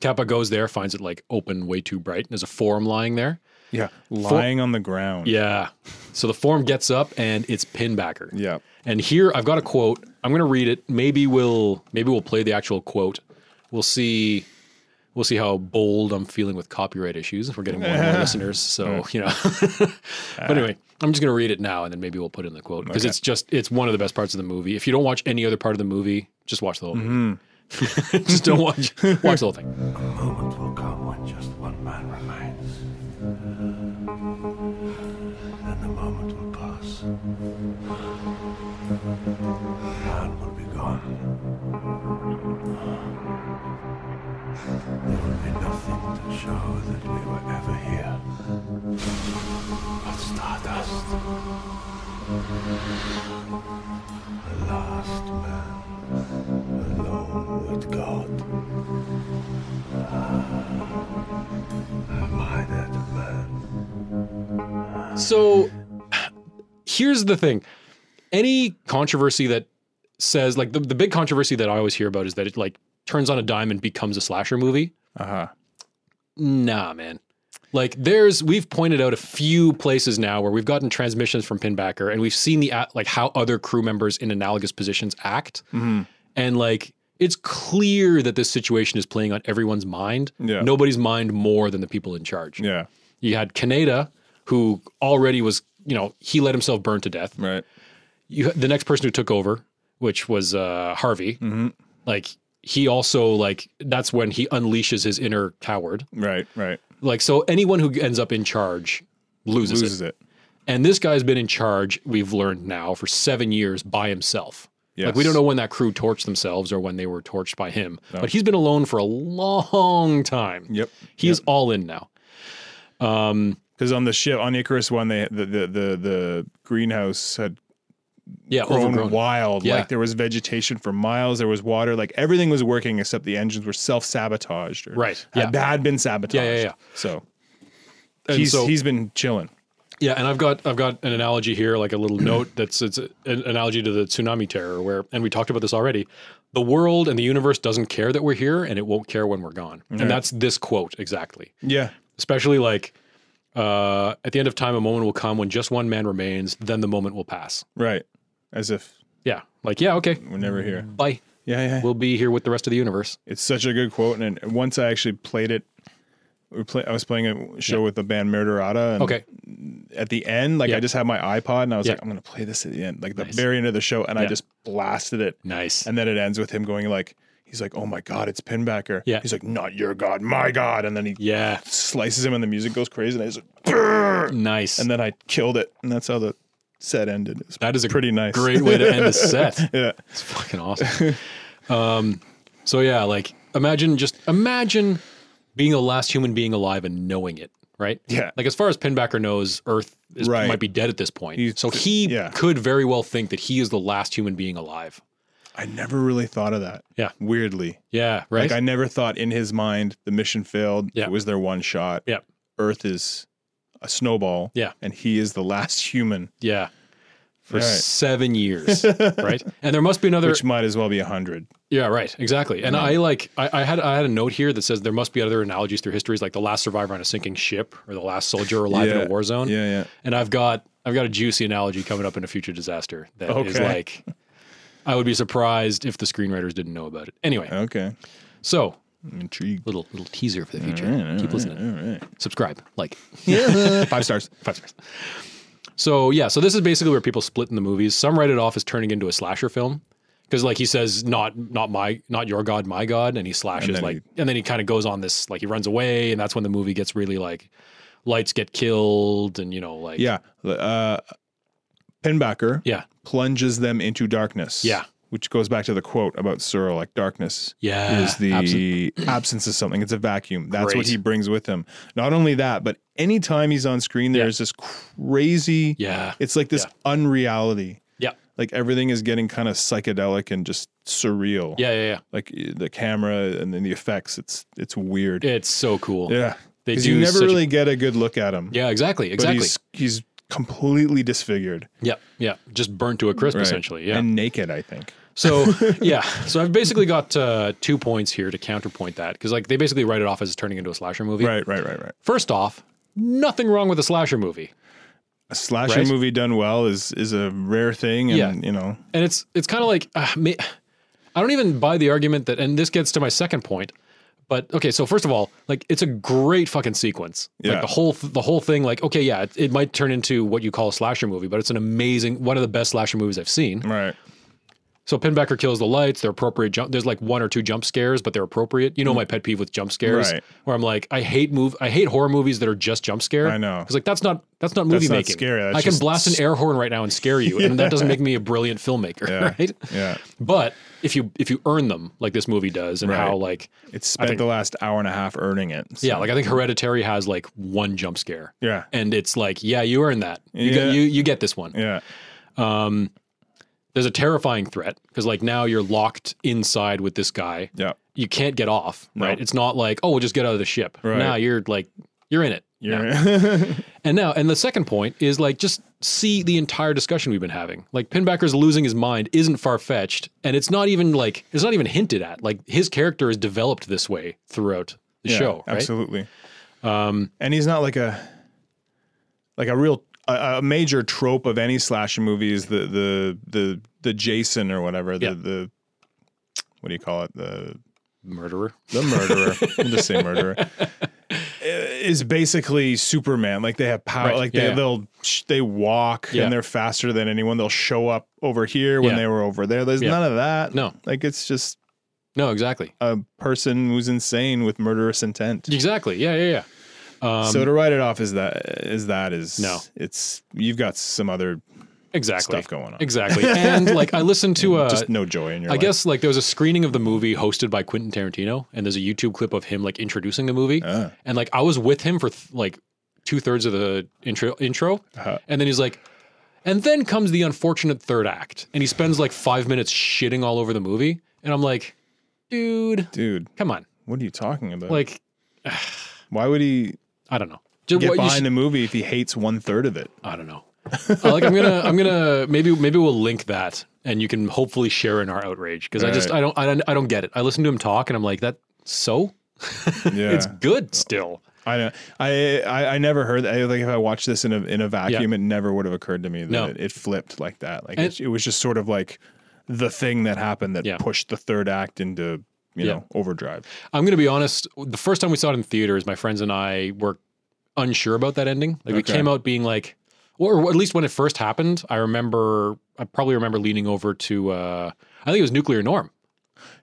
S1: Kappa goes there, finds it like open, way too bright, and there's a form lying there.
S2: Yeah. Lying on the ground.
S1: Yeah. So the form gets up and it's Pinbacker.
S2: Yeah.
S1: And here I've got a quote. I'm going to read it. Maybe we'll maybe we'll play the actual quote. We'll see we'll see how bold I'm feeling with copyright issues. We're getting more and more listeners, so you know. [laughs] but anyway, I'm just going to read it now and then maybe we'll put in the quote because it's just it's one of the best parts of the movie. If you don't watch any other part of the movie, just watch the whole movie. [laughs] just don't watch watch the whole thing.
S5: moment will come when just one man remains. Then the moment will pass. The man will be gone. There will be nothing to show that we were ever here. But stardust. The last man alone with God. Am I that man?
S1: So here's the thing. Any controversy that says like the, the big controversy that I always hear about is that it like turns on a dime and becomes a slasher movie.
S2: Uh huh.
S1: Nah, man. Like there's we've pointed out a few places now where we've gotten transmissions from Pinbacker and we've seen the a- like how other crew members in analogous positions act. And like it's clear that this situation is playing on everyone's mind.
S2: Yeah.
S1: Nobody's mind more than the people in charge.
S2: Yeah.
S1: You had Kaneda, who already was, you know, he let himself burn to death.
S2: Right.
S1: You, the next person who took over, which was uh, Harvey,
S2: Mm-hmm.
S1: like he also like that's when he unleashes his inner coward.
S2: Right. Right.
S1: Like so, anyone who ends up in charge loses,
S2: Loses
S1: it.
S2: it.
S1: And this guy's been in charge. We've learned now for seven years by himself. Like we
S2: Yes.
S1: don't know when that crew torched themselves or when they were torched by him, but he's been alone for a long time.
S2: Yep.
S1: he's all in now.
S2: Because on the ship, on Icarus one, they the the the, the greenhouse had
S1: Yeah,
S2: grown
S1: overgrown.
S2: wild.
S1: Yeah.
S2: Like there was vegetation for miles. There was water. Like everything was working except the engines were self sabotaged.
S1: Right,
S2: Had,
S1: yeah.
S2: had been sabotaged.
S1: Yeah, yeah, yeah.
S2: So
S1: And
S2: he's
S1: so-
S2: he's been chilling.
S1: Yeah, and I've got I've got an analogy here, like a
S2: [clears throat]
S1: little note that's it's an analogy to the tsunami terror, where and we talked about this already. The world and the universe doesn't care that we're here, and it won't care when we're gone. And that's this quote exactly.
S2: Yeah.
S1: Especially like uh, at the end of time, a moment will come when just one man remains. Then the moment will pass.
S2: Right. As if
S1: Yeah, like yeah, okay,
S2: we're never here.
S1: bye.
S2: Yeah. Yeah.
S1: We'll be here with the rest of the universe.
S2: it's such a good quote. And it- once I actually played it, we play, I was playing a show with the band Murderata. And
S1: Okay,
S2: At the end, like
S1: Yeah.
S2: I just had my iPod and I was
S1: Yeah.
S2: like, I'm going to play this at the end, like the
S1: Nice.
S2: very end of the show. And I
S1: Yeah.
S2: just blasted it.
S1: nice.
S2: And then it ends with him going like, he's like, oh my God, it's Pinbacker.
S1: Yeah.
S2: He's like, not your God, my God. And then he
S1: yeah,
S2: slices him and the music goes crazy. And I just, "Brrr!"
S1: nice.
S2: and then I killed it. And that's how the set ended. It was
S1: that is a
S2: pretty nice.
S1: Great way to end the set.
S2: [laughs] yeah.
S1: It's fucking awesome. [laughs] um, so yeah, like imagine just imagine being the last human being alive and knowing it, right?
S2: Yeah.
S1: Like as far as Pinbacker knows, Earth is,
S2: Right.
S1: might be dead at this point.
S2: He's-
S1: so he
S2: yeah.
S1: could very well think that he is the last human being alive.
S2: I never really thought of that.
S1: Yeah.
S2: Weirdly.
S1: Yeah. Right.
S2: Like I never thought in his mind the mission failed.
S1: Yeah.
S2: It was their one shot.
S1: Yeah.
S2: Earth is a snowball.
S1: Yeah.
S2: And he is the last [laughs] human,
S1: yeah. For
S2: All right.
S1: seven
S2: [laughs]
S1: years, right? And there must be another.
S2: which might as well be a hundred.
S1: yeah, right. Exactly. And I like. I, I had. I had a note here that says there must be other analogies through histories, like the last survivor on a sinking ship, or the last soldier alive in
S2: Yeah.
S1: a war zone.
S2: Yeah, yeah.
S1: and I've got I've got a juicy analogy coming up in a future disaster that is
S2: Okay.
S1: like I would be surprised if the screenwriters didn't know about it. Anyway,
S2: Okay.
S1: so
S2: I'm intrigued.
S1: little little teaser for the future. Keep listening.
S2: All right.
S1: Subscribe, like. [laughs]
S2: Five stars. Five stars.
S1: So yeah, so this is basically where people split in the movies. Some write it off as turning into a slasher film because like he says not not my not your god my god and he slashes
S2: then
S1: like and then he kind of goes on this like he runs away and that's when the movie gets really like lights get killed and you know like
S2: Yeah. Uh Pinbacker
S1: yeah
S2: plunges them into darkness.
S1: Yeah.
S2: Which goes back to the quote about Searle, like darkness
S1: yeah
S2: is the
S1: absolutely.
S2: absence of something. It's a vacuum. That's
S1: Uh, Great.
S2: what he brings with him. Not only that, but anytime he's on screen,
S1: Yeah.
S2: there's this crazy.
S1: yeah
S2: It's like this
S1: Yeah.
S2: unreality.
S1: yeah
S2: Like everything is getting kind of psychedelic and just surreal.
S1: Yeah, yeah,
S2: Like eh, the camera and then the effects, it's it's weird.
S1: yeah. It's so cool.
S2: Yeah.
S1: They
S2: Because
S1: do
S2: you never
S1: such a-
S2: really get a good look at him.
S1: Yeah, exactly, exactly.
S2: But he's he's completely disfigured.
S1: yeah, yeah. Just burnt to a crisp, essentially. Yeah.
S2: And naked, I think. [laughs]
S1: So yeah, so I've basically got uh, two points here to counterpoint that because like they basically write it off as turning into a slasher movie.
S2: Right, right, right, right.
S1: First off, nothing wrong with a slasher movie,
S2: A slasher
S1: Right?
S2: movie done well is is a rare thing and
S1: Yeah.
S2: you know
S1: and it's it's kind of like uh, ma- I don't even buy the argument that, and this gets to my second point. But okay, so first of all, like it's a great fucking sequence.
S2: Yeah.
S1: Like the whole the whole thing, like okay, yeah, it, it might turn into what you call a slasher movie, but it's an amazing one of the best slasher movies I've seen.
S2: Right.
S1: So Pinbacker kills the lights. They're appropriate jump. There's like one or two jump scares, but they're appropriate. You know my pet peeve with jump scares,
S2: Mm. Right.
S1: where I'm like, I hate move. I hate horror movies that are just jump scare.
S2: I know.
S1: It's like that's not that's not movie
S2: not
S1: making.
S2: scary, that's
S1: I can
S2: just-
S1: blast an air horn right now and scare you, and that
S2: [laughs]
S1: doesn't make me a brilliant filmmaker,
S2: Yeah.
S1: [laughs] right?
S2: Yeah.
S1: But if you if you earn them like this movie does, and how
S2: Right.
S1: like [laughs]
S2: It's spent
S1: think-
S2: the last hour and a half earning it. so-
S1: yeah, like I think Hereditary has like one jump scare,
S2: Yeah.
S1: and it's like yeah, you earn that. You
S2: Yeah.
S1: get, you you get this one.
S2: Yeah.
S1: There's a terrifying threat because like now you're locked inside with this guy.
S2: Yeah.
S1: you can't get off,
S2: No.
S1: right? It's not like, oh, we'll just get out of the ship.
S2: Right.
S1: Now you're like, you're in it.
S2: You're [laughs]
S1: now.
S2: right.
S1: And now, and the second point is like, just see the entire discussion we've been having. Like, Pinbacker's losing his mind isn't far fetched, and it's not even like, it's not even hinted at. Like, his character is developed this way throughout the
S2: Yeah,
S1: show, right?
S2: Absolutely. Um, and he's not like a like a real a, a major trope of any slasher movie is the the the the Jason or whatever the
S1: Yeah.
S2: the what do you call it the
S1: Murderer. [laughs]
S2: the murderer we'll just say murderer i- is basically Superman like they have power
S1: Right,
S2: like
S1: yeah,
S2: they
S1: yeah.
S2: they'll sh- they walk
S1: Yeah.
S2: and they're faster than anyone they'll show up over here when
S1: Yeah.
S2: they were over there there's
S1: Yeah.
S2: none of that
S1: No.
S2: like it's just
S1: No, exactly.
S2: a person who's insane with murderous intent
S1: Exactly. Yeah, yeah, yeah.
S2: so to write it off as that as that is
S1: Um, No.
S2: It's you've got some other
S1: Exactly.
S2: stuff going on. [laughs]
S1: Exactly. And like, I listened to uh, a.
S2: just no joy in
S1: I
S2: your life.
S1: guess like there was a screening of the movie hosted by Quentin Tarantino, and there's a YouTube clip of him like introducing the movie,
S2: Ah.
S1: and like I was with him for th- like two thirds of the intro, intro,
S2: Uh-huh.
S1: and then he's like, and then comes the unfortunate third act, and he spends like five minutes shitting all over the movie, and I'm like, dude,
S2: dude.
S1: come on,
S2: What are you talking about?
S1: like
S2: why would he
S1: I don't know, Just
S2: get
S1: what you
S2: behind
S1: s-
S2: the movie if he hates one
S1: [laughs]
S2: third of it?
S1: I don't know. Uh, like I'm gonna, I'm gonna maybe maybe we'll link that, and you can hopefully share in our outrage because I just
S2: Right.
S1: I don't I don't I don't get it. I listen to him talk, and I'm like that. So
S2: Yeah,
S1: it's good still.
S2: I know. I, I I never heard that. I, like if I watched this in a in a vacuum, it never would have occurred to me that
S1: No.
S2: it, it flipped like that. Like
S1: And-
S2: it, it was just sort of like the thing that happened that
S1: Yeah.
S2: pushed the third act into you
S1: Yeah.
S2: know overdrive.
S1: I'm going to be honest. The first time we saw it in theaters, my friends and I were unsure about that ending. Like we
S2: Okay.
S1: came out being like, or or at least when it first happened, I remember, I probably remember leaning over to, uh, I think it was Nuclear Norm.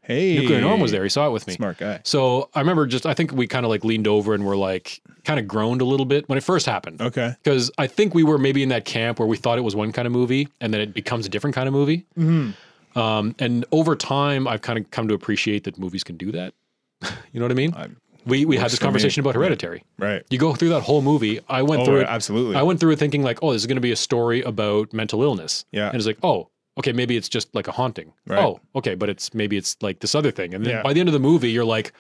S2: Hey,
S1: Nuclear Norm was there. He saw it with me.
S2: Smart guy.
S1: So I remember just, I think we kind of like leaned over and were like, kind of groaned a little bit when it first happened.
S2: Okay.
S1: Because I think we were maybe in that camp where we thought it was one kind of movie and then it becomes a different kind of movie.
S2: Mm-hmm.
S1: Um, and over time, I've kind of come to appreciate that movies can do that. [laughs] you know what I mean?
S2: I'm-
S1: we we had
S2: works
S1: this
S2: for me.
S1: conversation about Hereditary.
S2: Right.
S1: You go through that whole movie. I went
S2: Oh,
S1: through
S2: right,
S1: it.
S2: absolutely.
S1: I went through it thinking like, oh, this is going to be a story about mental illness.
S2: Yeah.
S1: And it's like, oh, okay, maybe it's just like a haunting.
S2: Right.
S1: Oh, okay, but it's maybe it's like this other thing. And then
S2: Yeah.
S1: by the end of the movie, you're like,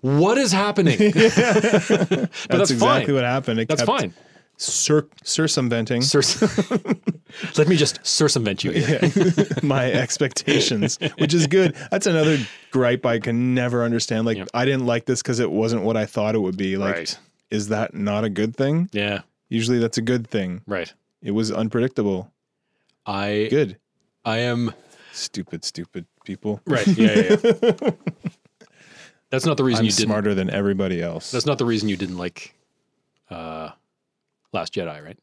S1: what is
S2: [laughs]
S1: happening? [laughs] but that's,
S2: that's, exactly
S1: fine.
S2: what happened. It
S1: that's
S2: kept
S1: fine.
S2: Cir- circumventing
S1: Circe- [laughs] Let me just circumvent you. here.
S2: [laughs] my expectations, which is good. That's another gripe I can never understand. Like, I didn't like this because it wasn't what I thought it would be. Like,
S1: Right.
S2: is that not a good thing?
S1: Yeah.
S2: Usually, that's a good thing.
S1: Right.
S2: It was unpredictable.
S1: I
S2: Good.
S1: I am
S2: Stupid, stupid people.
S1: right. Yeah. yeah, yeah. that's not the reason
S2: I'm
S1: you didn't.
S2: smarter than everybody else.
S1: That's not the reason you didn't like uh Last Jedi, right?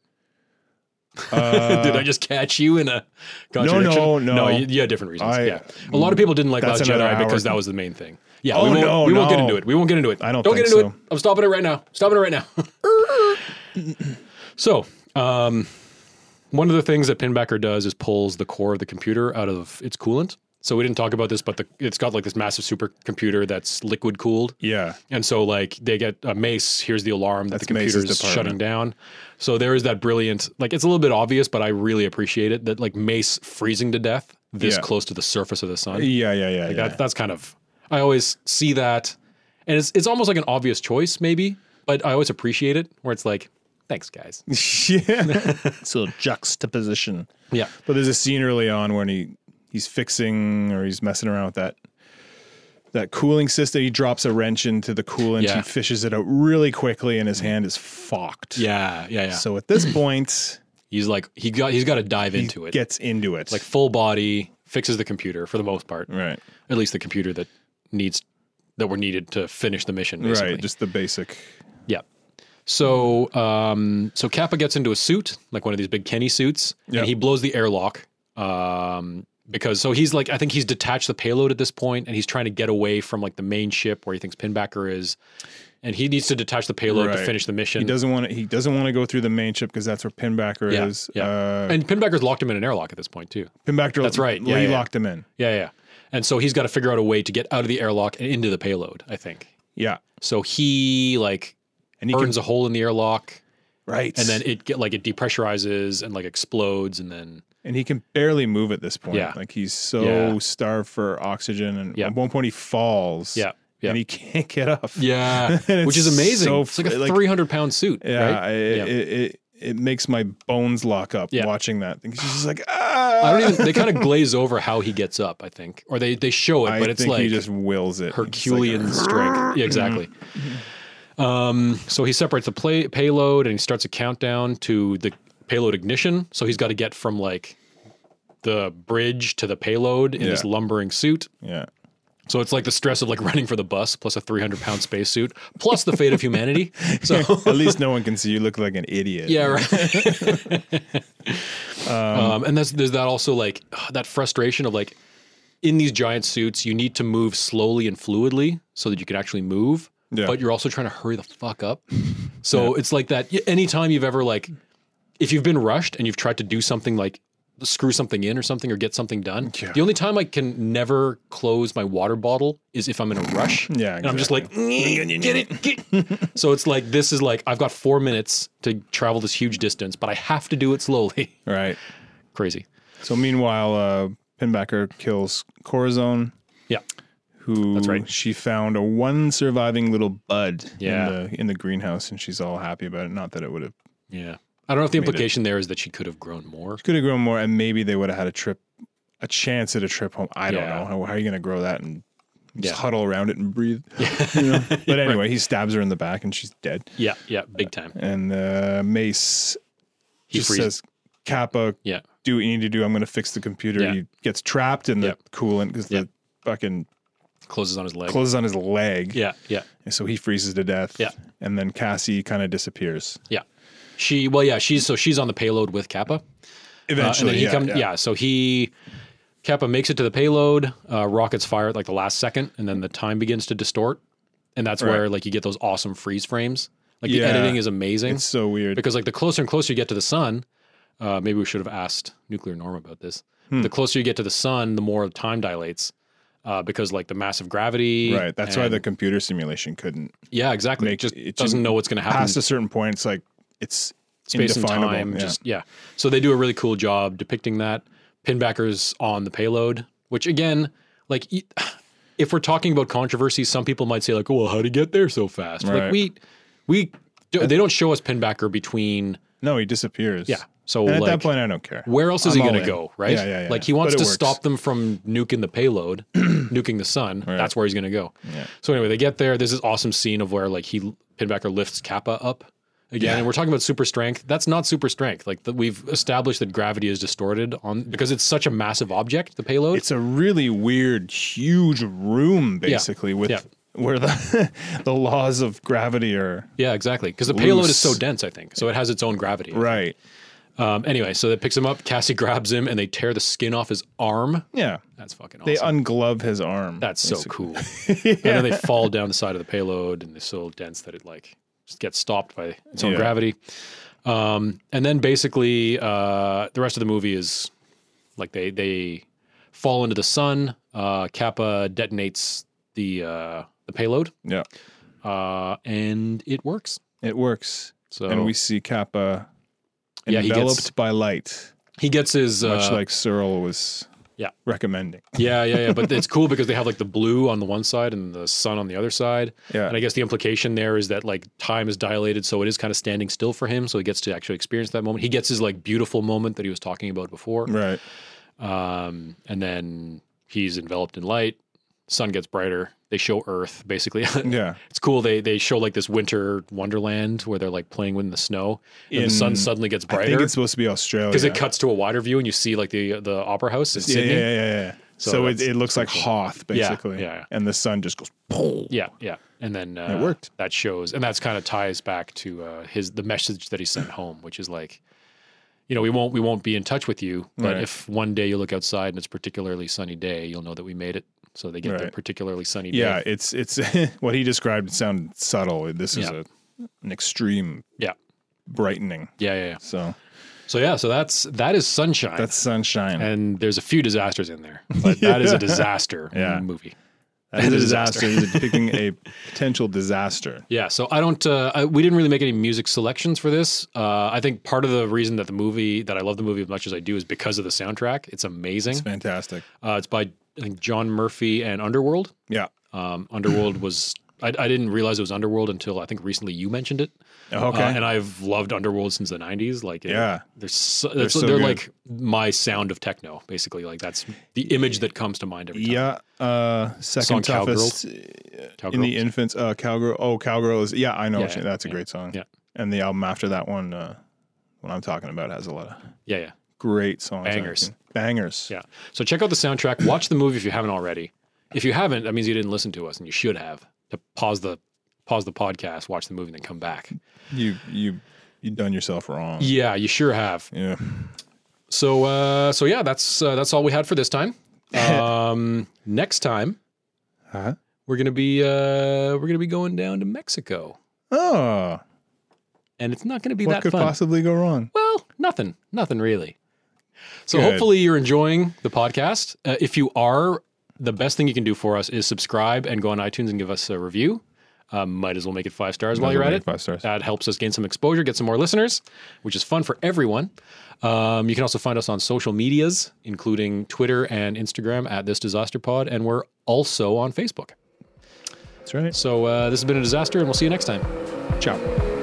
S1: [laughs]
S2: Uh,
S1: Did I just catch you in a contradiction?
S2: no, no.
S1: no you, you had different reasons.
S2: I-
S1: yeah, a lot of people didn't like
S2: That's
S1: Last Jedi
S2: another hour.
S1: because that was the main thing. Yeah,
S2: Oh,
S1: we won't,
S2: no,
S1: we won't get
S2: no.
S1: into it. We won't get into it.
S2: I don't
S1: Don't
S2: think
S1: get into
S2: so.
S1: it. I'm stopping it right now. Stopping it right now. [laughs] so, um, one of the things that Pinbacker does is pulls the core of the computer out of its coolant. So we didn't talk about this, but the, it's got like this massive supercomputer that's liquid cooled.
S2: Yeah.
S1: And so, like, they get a mace. Here's the alarm that
S2: That's
S1: the computer's
S2: Mace's department.
S1: shutting down. So there is that brilliant, like, it's a little bit obvious, but I really appreciate it that like mace freezing to death this
S2: Yeah.
S1: close to the surface of the sun.
S2: Yeah, yeah, yeah.
S1: Like
S2: yeah.
S1: that, that's kind of I always see that, and it's it's almost like an obvious choice, maybe, but I always appreciate it where it's like, thanks,
S2: [laughs]
S1: guys.
S2: yeah.
S1: [laughs]
S2: so juxtaposition.
S1: Yeah,
S2: But there's a scene early on when he he's fixing or he's messing around with that that cooling system. He drops a wrench into the coolant.
S1: Yeah.
S2: He fishes it out really quickly, and his hand is fucked.
S1: yeah, yeah, yeah. So
S2: So
S1: [clears throat]
S2: at this point,
S1: he's like he got he's got to dive
S2: he
S1: into it,
S2: gets into it.
S1: like full body, fixes the computer for the most part,
S2: right,
S1: at least the computer that needs that were needed to finish the mission. Basically.
S2: right, just the basic.
S1: Yeah. So um, so Kappa gets into a suit, like one of these big Kenny suits,
S2: Yeah.
S1: and he blows the airlock. Um, because so he's like I think he's detached the payload at this point and he's trying to get away from like the main ship where he thinks Pinbacker is. And he needs to detach the payload to
S2: Right.
S1: finish the mission.
S2: He doesn't want to. He doesn't want to go through the main ship because that's where Pinbacker
S1: yeah,
S2: is.
S1: yeah.
S2: Uh,
S1: and Pinbacker's locked him in an airlock at this point too.
S2: Pinbacker.
S1: That's right, yeah,
S2: he
S1: yeah.
S2: locked him in.
S1: Yeah, yeah. And so he's got to figure out a way to get out of the airlock and into the payload, I think.
S2: Yeah,
S1: So he like
S2: and he
S1: burns a hole in the airlock
S2: can, right,
S1: and then it get like it depressurizes and like explodes and then
S2: and he can barely move at this point.
S1: Yeah.
S2: Like he's so
S1: Yeah.
S2: starved for oxygen, and
S1: Yeah.
S2: at one point he falls.
S1: Yeah, yeah.
S2: and he [laughs] can't get up.
S1: Yeah,
S2: [laughs] And
S1: which is
S2: it's
S1: amazing.
S2: so
S1: it's like
S2: fr-
S1: a
S2: like-
S1: three hundred pound suit.
S2: yeah.
S1: right?
S2: It,
S1: yeah.
S2: It, it it makes my bones lock up
S1: Yeah.
S2: watching that thing. He's just like ah.
S1: [sighs] I don't even. They
S2: [laughs]
S1: kind of glaze over how he gets up. I think, or they they show it,
S2: I
S1: but it's
S2: think
S1: like
S2: he just wills it. It's like, Mm-hmm.
S1: Herculean
S2: [laughs]
S1: strength. Yeah, exactly. Um, so he separates the play, payload and he starts a countdown to the payload ignition. So he's got to get from like the bridge to the payload in this
S2: Yeah.
S1: lumbering suit.
S2: yeah.
S1: So it's like the stress of like [laughs] running for the bus plus a 300 pound spacesuit plus the fate of
S2: [laughs]
S1: humanity. So
S2: At least no one can see you look like an idiot.
S1: [laughs] Yeah, right.
S2: [laughs]
S1: um, and that's, there's that also like [sighs] that frustration of like in these giant suits, you need to move slowly and fluidly so that you can actually move,
S2: Yeah.
S1: but you're also trying to hurry the fuck
S2: [laughs]
S1: up. So it's like that. y- Anytime you've ever like, if you've been rushed and you've tried to do something like screw something in or something or get something done,
S2: Yeah.
S1: the only time I can never close my water bottle is if I'm in a rush.
S2: Yeah,
S1: And I'm just like,
S2: Get it.
S1: [laughs] so it's like this is like I've got four minutes to travel this huge distance, but I have to do it slowly. [laughs]
S2: Right.
S1: Crazy.
S2: So meanwhile, uh, Pinbacker kills Corazon,
S1: Yeah.
S2: who
S1: That's right.
S2: she found a one surviving little bud
S1: Yeah.
S2: in the in the greenhouse, and she's all happy about it. Not that it would have
S1: Yeah. I don't know if the implication there is that she could have grown
S2: [laughs]
S1: more.
S2: could have grown more, and maybe they would have had a trip, a chance at a trip home. I
S1: Yeah.
S2: don't know how, how are you going to grow that and just
S1: Yeah.
S2: huddle around it and breathe.
S1: [laughs]
S2: you know? But anyway, he stabs her in the back, and she's dead.
S1: Yeah. Yeah. Big time.
S2: And uh, Mace
S1: He
S2: just
S1: freezes.
S2: says, "Kappa,
S1: Yeah.
S2: do what you need to do. I'm going to fix the computer."
S1: Yeah.
S2: He gets trapped in the
S1: Yep.
S2: coolant because
S1: Yep.
S2: the fucking
S1: Closes on his leg.
S2: closes on his leg.
S1: yeah. Yeah.
S2: And so he freezes to death.
S1: Yeah. Uh,
S2: And then Cassie kind of disappears.
S1: Yeah. She, well, yeah, she's, so she's on the payload with Kappa. Uh, and
S2: Eventually.
S1: then he come, yeah. So he, Kappa makes it to the payload, uh, rockets fire at like the last second, and then the time begins to distort. And that's where like you get those awesome freeze frames. Like the
S2: Yeah.
S1: editing is amazing.
S2: It's so weird.
S1: because like the closer and closer you get to the sun, uh, maybe we should have asked Nuclear Norm about this.
S2: Hmm.
S1: The closer you get to the sun, the more time dilates, uh, because like the massive gravity.
S2: right. That's why
S1: and-
S2: the computer simulation couldn't.
S1: yeah exactly
S2: make-
S1: it just
S2: it
S1: doesn't
S2: didn't
S1: know what's going to happen.
S2: Past a certain point, it's like it's
S1: space and
S2: indefinable.
S1: time.
S2: Yeah.
S1: Just yeah. So they do a really cool job depicting that. Pinbacker's on the payload, which again, like e- [sighs] if we're talking about controversy, some people might say like, "Well, how'd he get there so fast?" Like
S2: Right.
S1: we, we, they don't show us Pinbacker between.
S2: no, he disappears.
S1: Yeah. So
S2: And at
S1: like,
S2: that point, I don't care.
S1: where else is he
S2: I'm all
S1: going
S2: in.
S1: to go, right?
S2: Yeah, yeah, yeah.
S1: Like he wants
S2: But
S1: to
S2: it
S1: stop
S2: works.
S1: them from nuking the
S2: [clears throat]
S1: payload, nuking the sun. That's where he's going to go. So anyway, they get there. There's this awesome scene of where like he Pinbacker lifts Kappa up again, and we're talking about super strength. That's not super strength. Like the, we've established that gravity is distorted on because it's such a massive object, the payload.
S2: It's a really weird, huge room, basically, with
S1: Yeah.
S2: where the [laughs] the laws of gravity are.
S1: yeah, exactly. Because the payload is so
S2: loose.
S1: dense, I think. So it has its own gravity.
S2: Right.
S1: Um, anyway, so that picks him up. Cassie grabs him, and they tear the skin off his arm.
S2: Yeah.
S1: That's fucking awesome.
S2: They unglove his arm.
S1: That's so
S2: basically.
S1: cool.
S2: [laughs]
S1: And then they fall down the side of the payload and they're so dense that it like just gets stopped by its own
S2: Yeah.
S1: gravity. Um, and then basically uh, the rest of the movie is like they they fall into the sun. Uh, Kappa detonates the uh, the payload,
S2: Yeah.
S1: uh, and it works.
S2: It works.
S1: So
S2: and we see Kappa
S1: Yeah, he gets-
S2: enveloped by light,
S1: he gets his uh,
S2: much like Searle was
S1: yeah.
S2: recommending.
S1: [laughs] yeah, yeah, yeah. But it's cool because they have like the blue on the one side and the sun on the other side.
S2: Yeah.
S1: And I guess the implication there is that like time is dilated, so it is kind of standing still for him. So he gets to actually experience that moment. He gets his like beautiful moment that he was talking about before.
S2: Right.
S1: Um, and then he's enveloped in light. Sun gets brighter. They show Earth basically. [laughs]
S2: Yeah.
S1: it's cool. They they show like this winter wonderland where they're like playing in the snow. And the sun
S2: In-
S1: suddenly gets
S2: I think
S1: brighter
S2: it's supposed to be Australia.
S1: because it cuts to a wider view and you see like the the opera house in
S2: yeah, yeah,
S1: Sydney.
S2: yeah, yeah, yeah.
S1: So
S2: So, it,
S1: that's
S2: it looks like Hoth, basically.
S1: yeah, yeah.
S2: And the sun just goes, Pow!
S1: Yeah, yeah, and then uh,
S2: it worked.
S1: That shows, and that's kind of ties back to uh, his the message that he sent home, which is like, you know, we won't we won't be in touch with you, but
S2: Right.
S1: if one day you look outside and it's particularly sunny day, you'll know that we made it. So they get the
S2: Right.
S1: particularly sunny
S2: Yeah,
S1: day.
S2: it's it's [laughs] what he described sounded subtle. This is
S1: Yeah.
S2: a, an extreme
S1: Yeah,
S2: brightening.
S1: yeah, yeah, yeah.
S2: So
S1: So yeah, so that's that is sunshine,
S2: that's sunshine.
S1: and there's a few disasters in there,
S2: [laughs]
S1: but that is a disaster
S2: Yeah.
S1: movie.
S2: that is a disaster. He's
S1: [laughs]
S2: depicting a potential disaster.
S1: Yeah, so I don't. Uh, I, we didn't really make any music selections for this. Uh, I think part of the reason that the movie that I love the movie as much as I do is because of the soundtrack. It's amazing.
S2: Fantastic.
S1: Uh, it's by I think John Murphy and Underworld.
S2: Yeah.
S1: Um, Underworld was I, I didn't realize it was Underworld until I think recently you mentioned it.
S2: Okay.
S1: Uh, and I've loved Underworld since the '90s. Like, it-
S2: Yeah.
S1: they're so, they're,
S2: so
S1: they're
S2: good.
S1: like my sound of techno, basically. Like that's the image that comes to mind every time.
S2: yeah. Uh,
S1: Song
S2: second
S1: Cowgirl.
S2: toughest in
S1: Cowgirl.
S2: the infants. Uh, Cowgirl. Oh, Cowgirl is. Yeah, I know.
S1: Yeah,
S2: what you-
S1: yeah,
S2: that's
S1: yeah,
S2: a great song.
S1: yeah.
S2: And the album after that one, uh, what I'm talking about, has a lot of
S1: yeah, yeah.
S2: great songs. on it.
S1: Bangers.
S2: Bangers.
S1: Yeah. So check out the soundtrack. Watch the movie if you haven't already. If you haven't, that means you didn't listen to us, and you should have. To pause the pause the podcast, watch the movie, and then come back.
S2: You you you done yourself wrong.
S1: Yeah, you sure have.
S2: Yeah.
S1: So uh, so yeah, that's uh, that's all we had for this
S2: [laughs]
S1: time. Um, next time
S2: Huh?
S1: we're gonna be uh, we're gonna be going down to Mexico,
S2: Oh,
S1: and it's not gonna be
S2: what
S1: that
S2: could
S1: fun.
S2: possibly go wrong?
S1: Well, nothing, nothing really. So
S2: Good.
S1: hopefully you're enjoying the podcast. Uh, if you are, the best thing you can do for us is subscribe and go on iTunes and give us a review. Uh, might as well make it five stars while
S2: as
S1: you're
S2: well
S1: at
S2: make
S1: it.
S2: it five stars.
S1: That helps us gain some exposure, get some more listeners, which is fun for everyone. Um, you can also find us on social medias, including Twitter and Instagram at This Disaster Pod, and we're also on Facebook.
S2: That's right.
S1: So uh, this has been a disaster, and we'll see you next time. Ciao.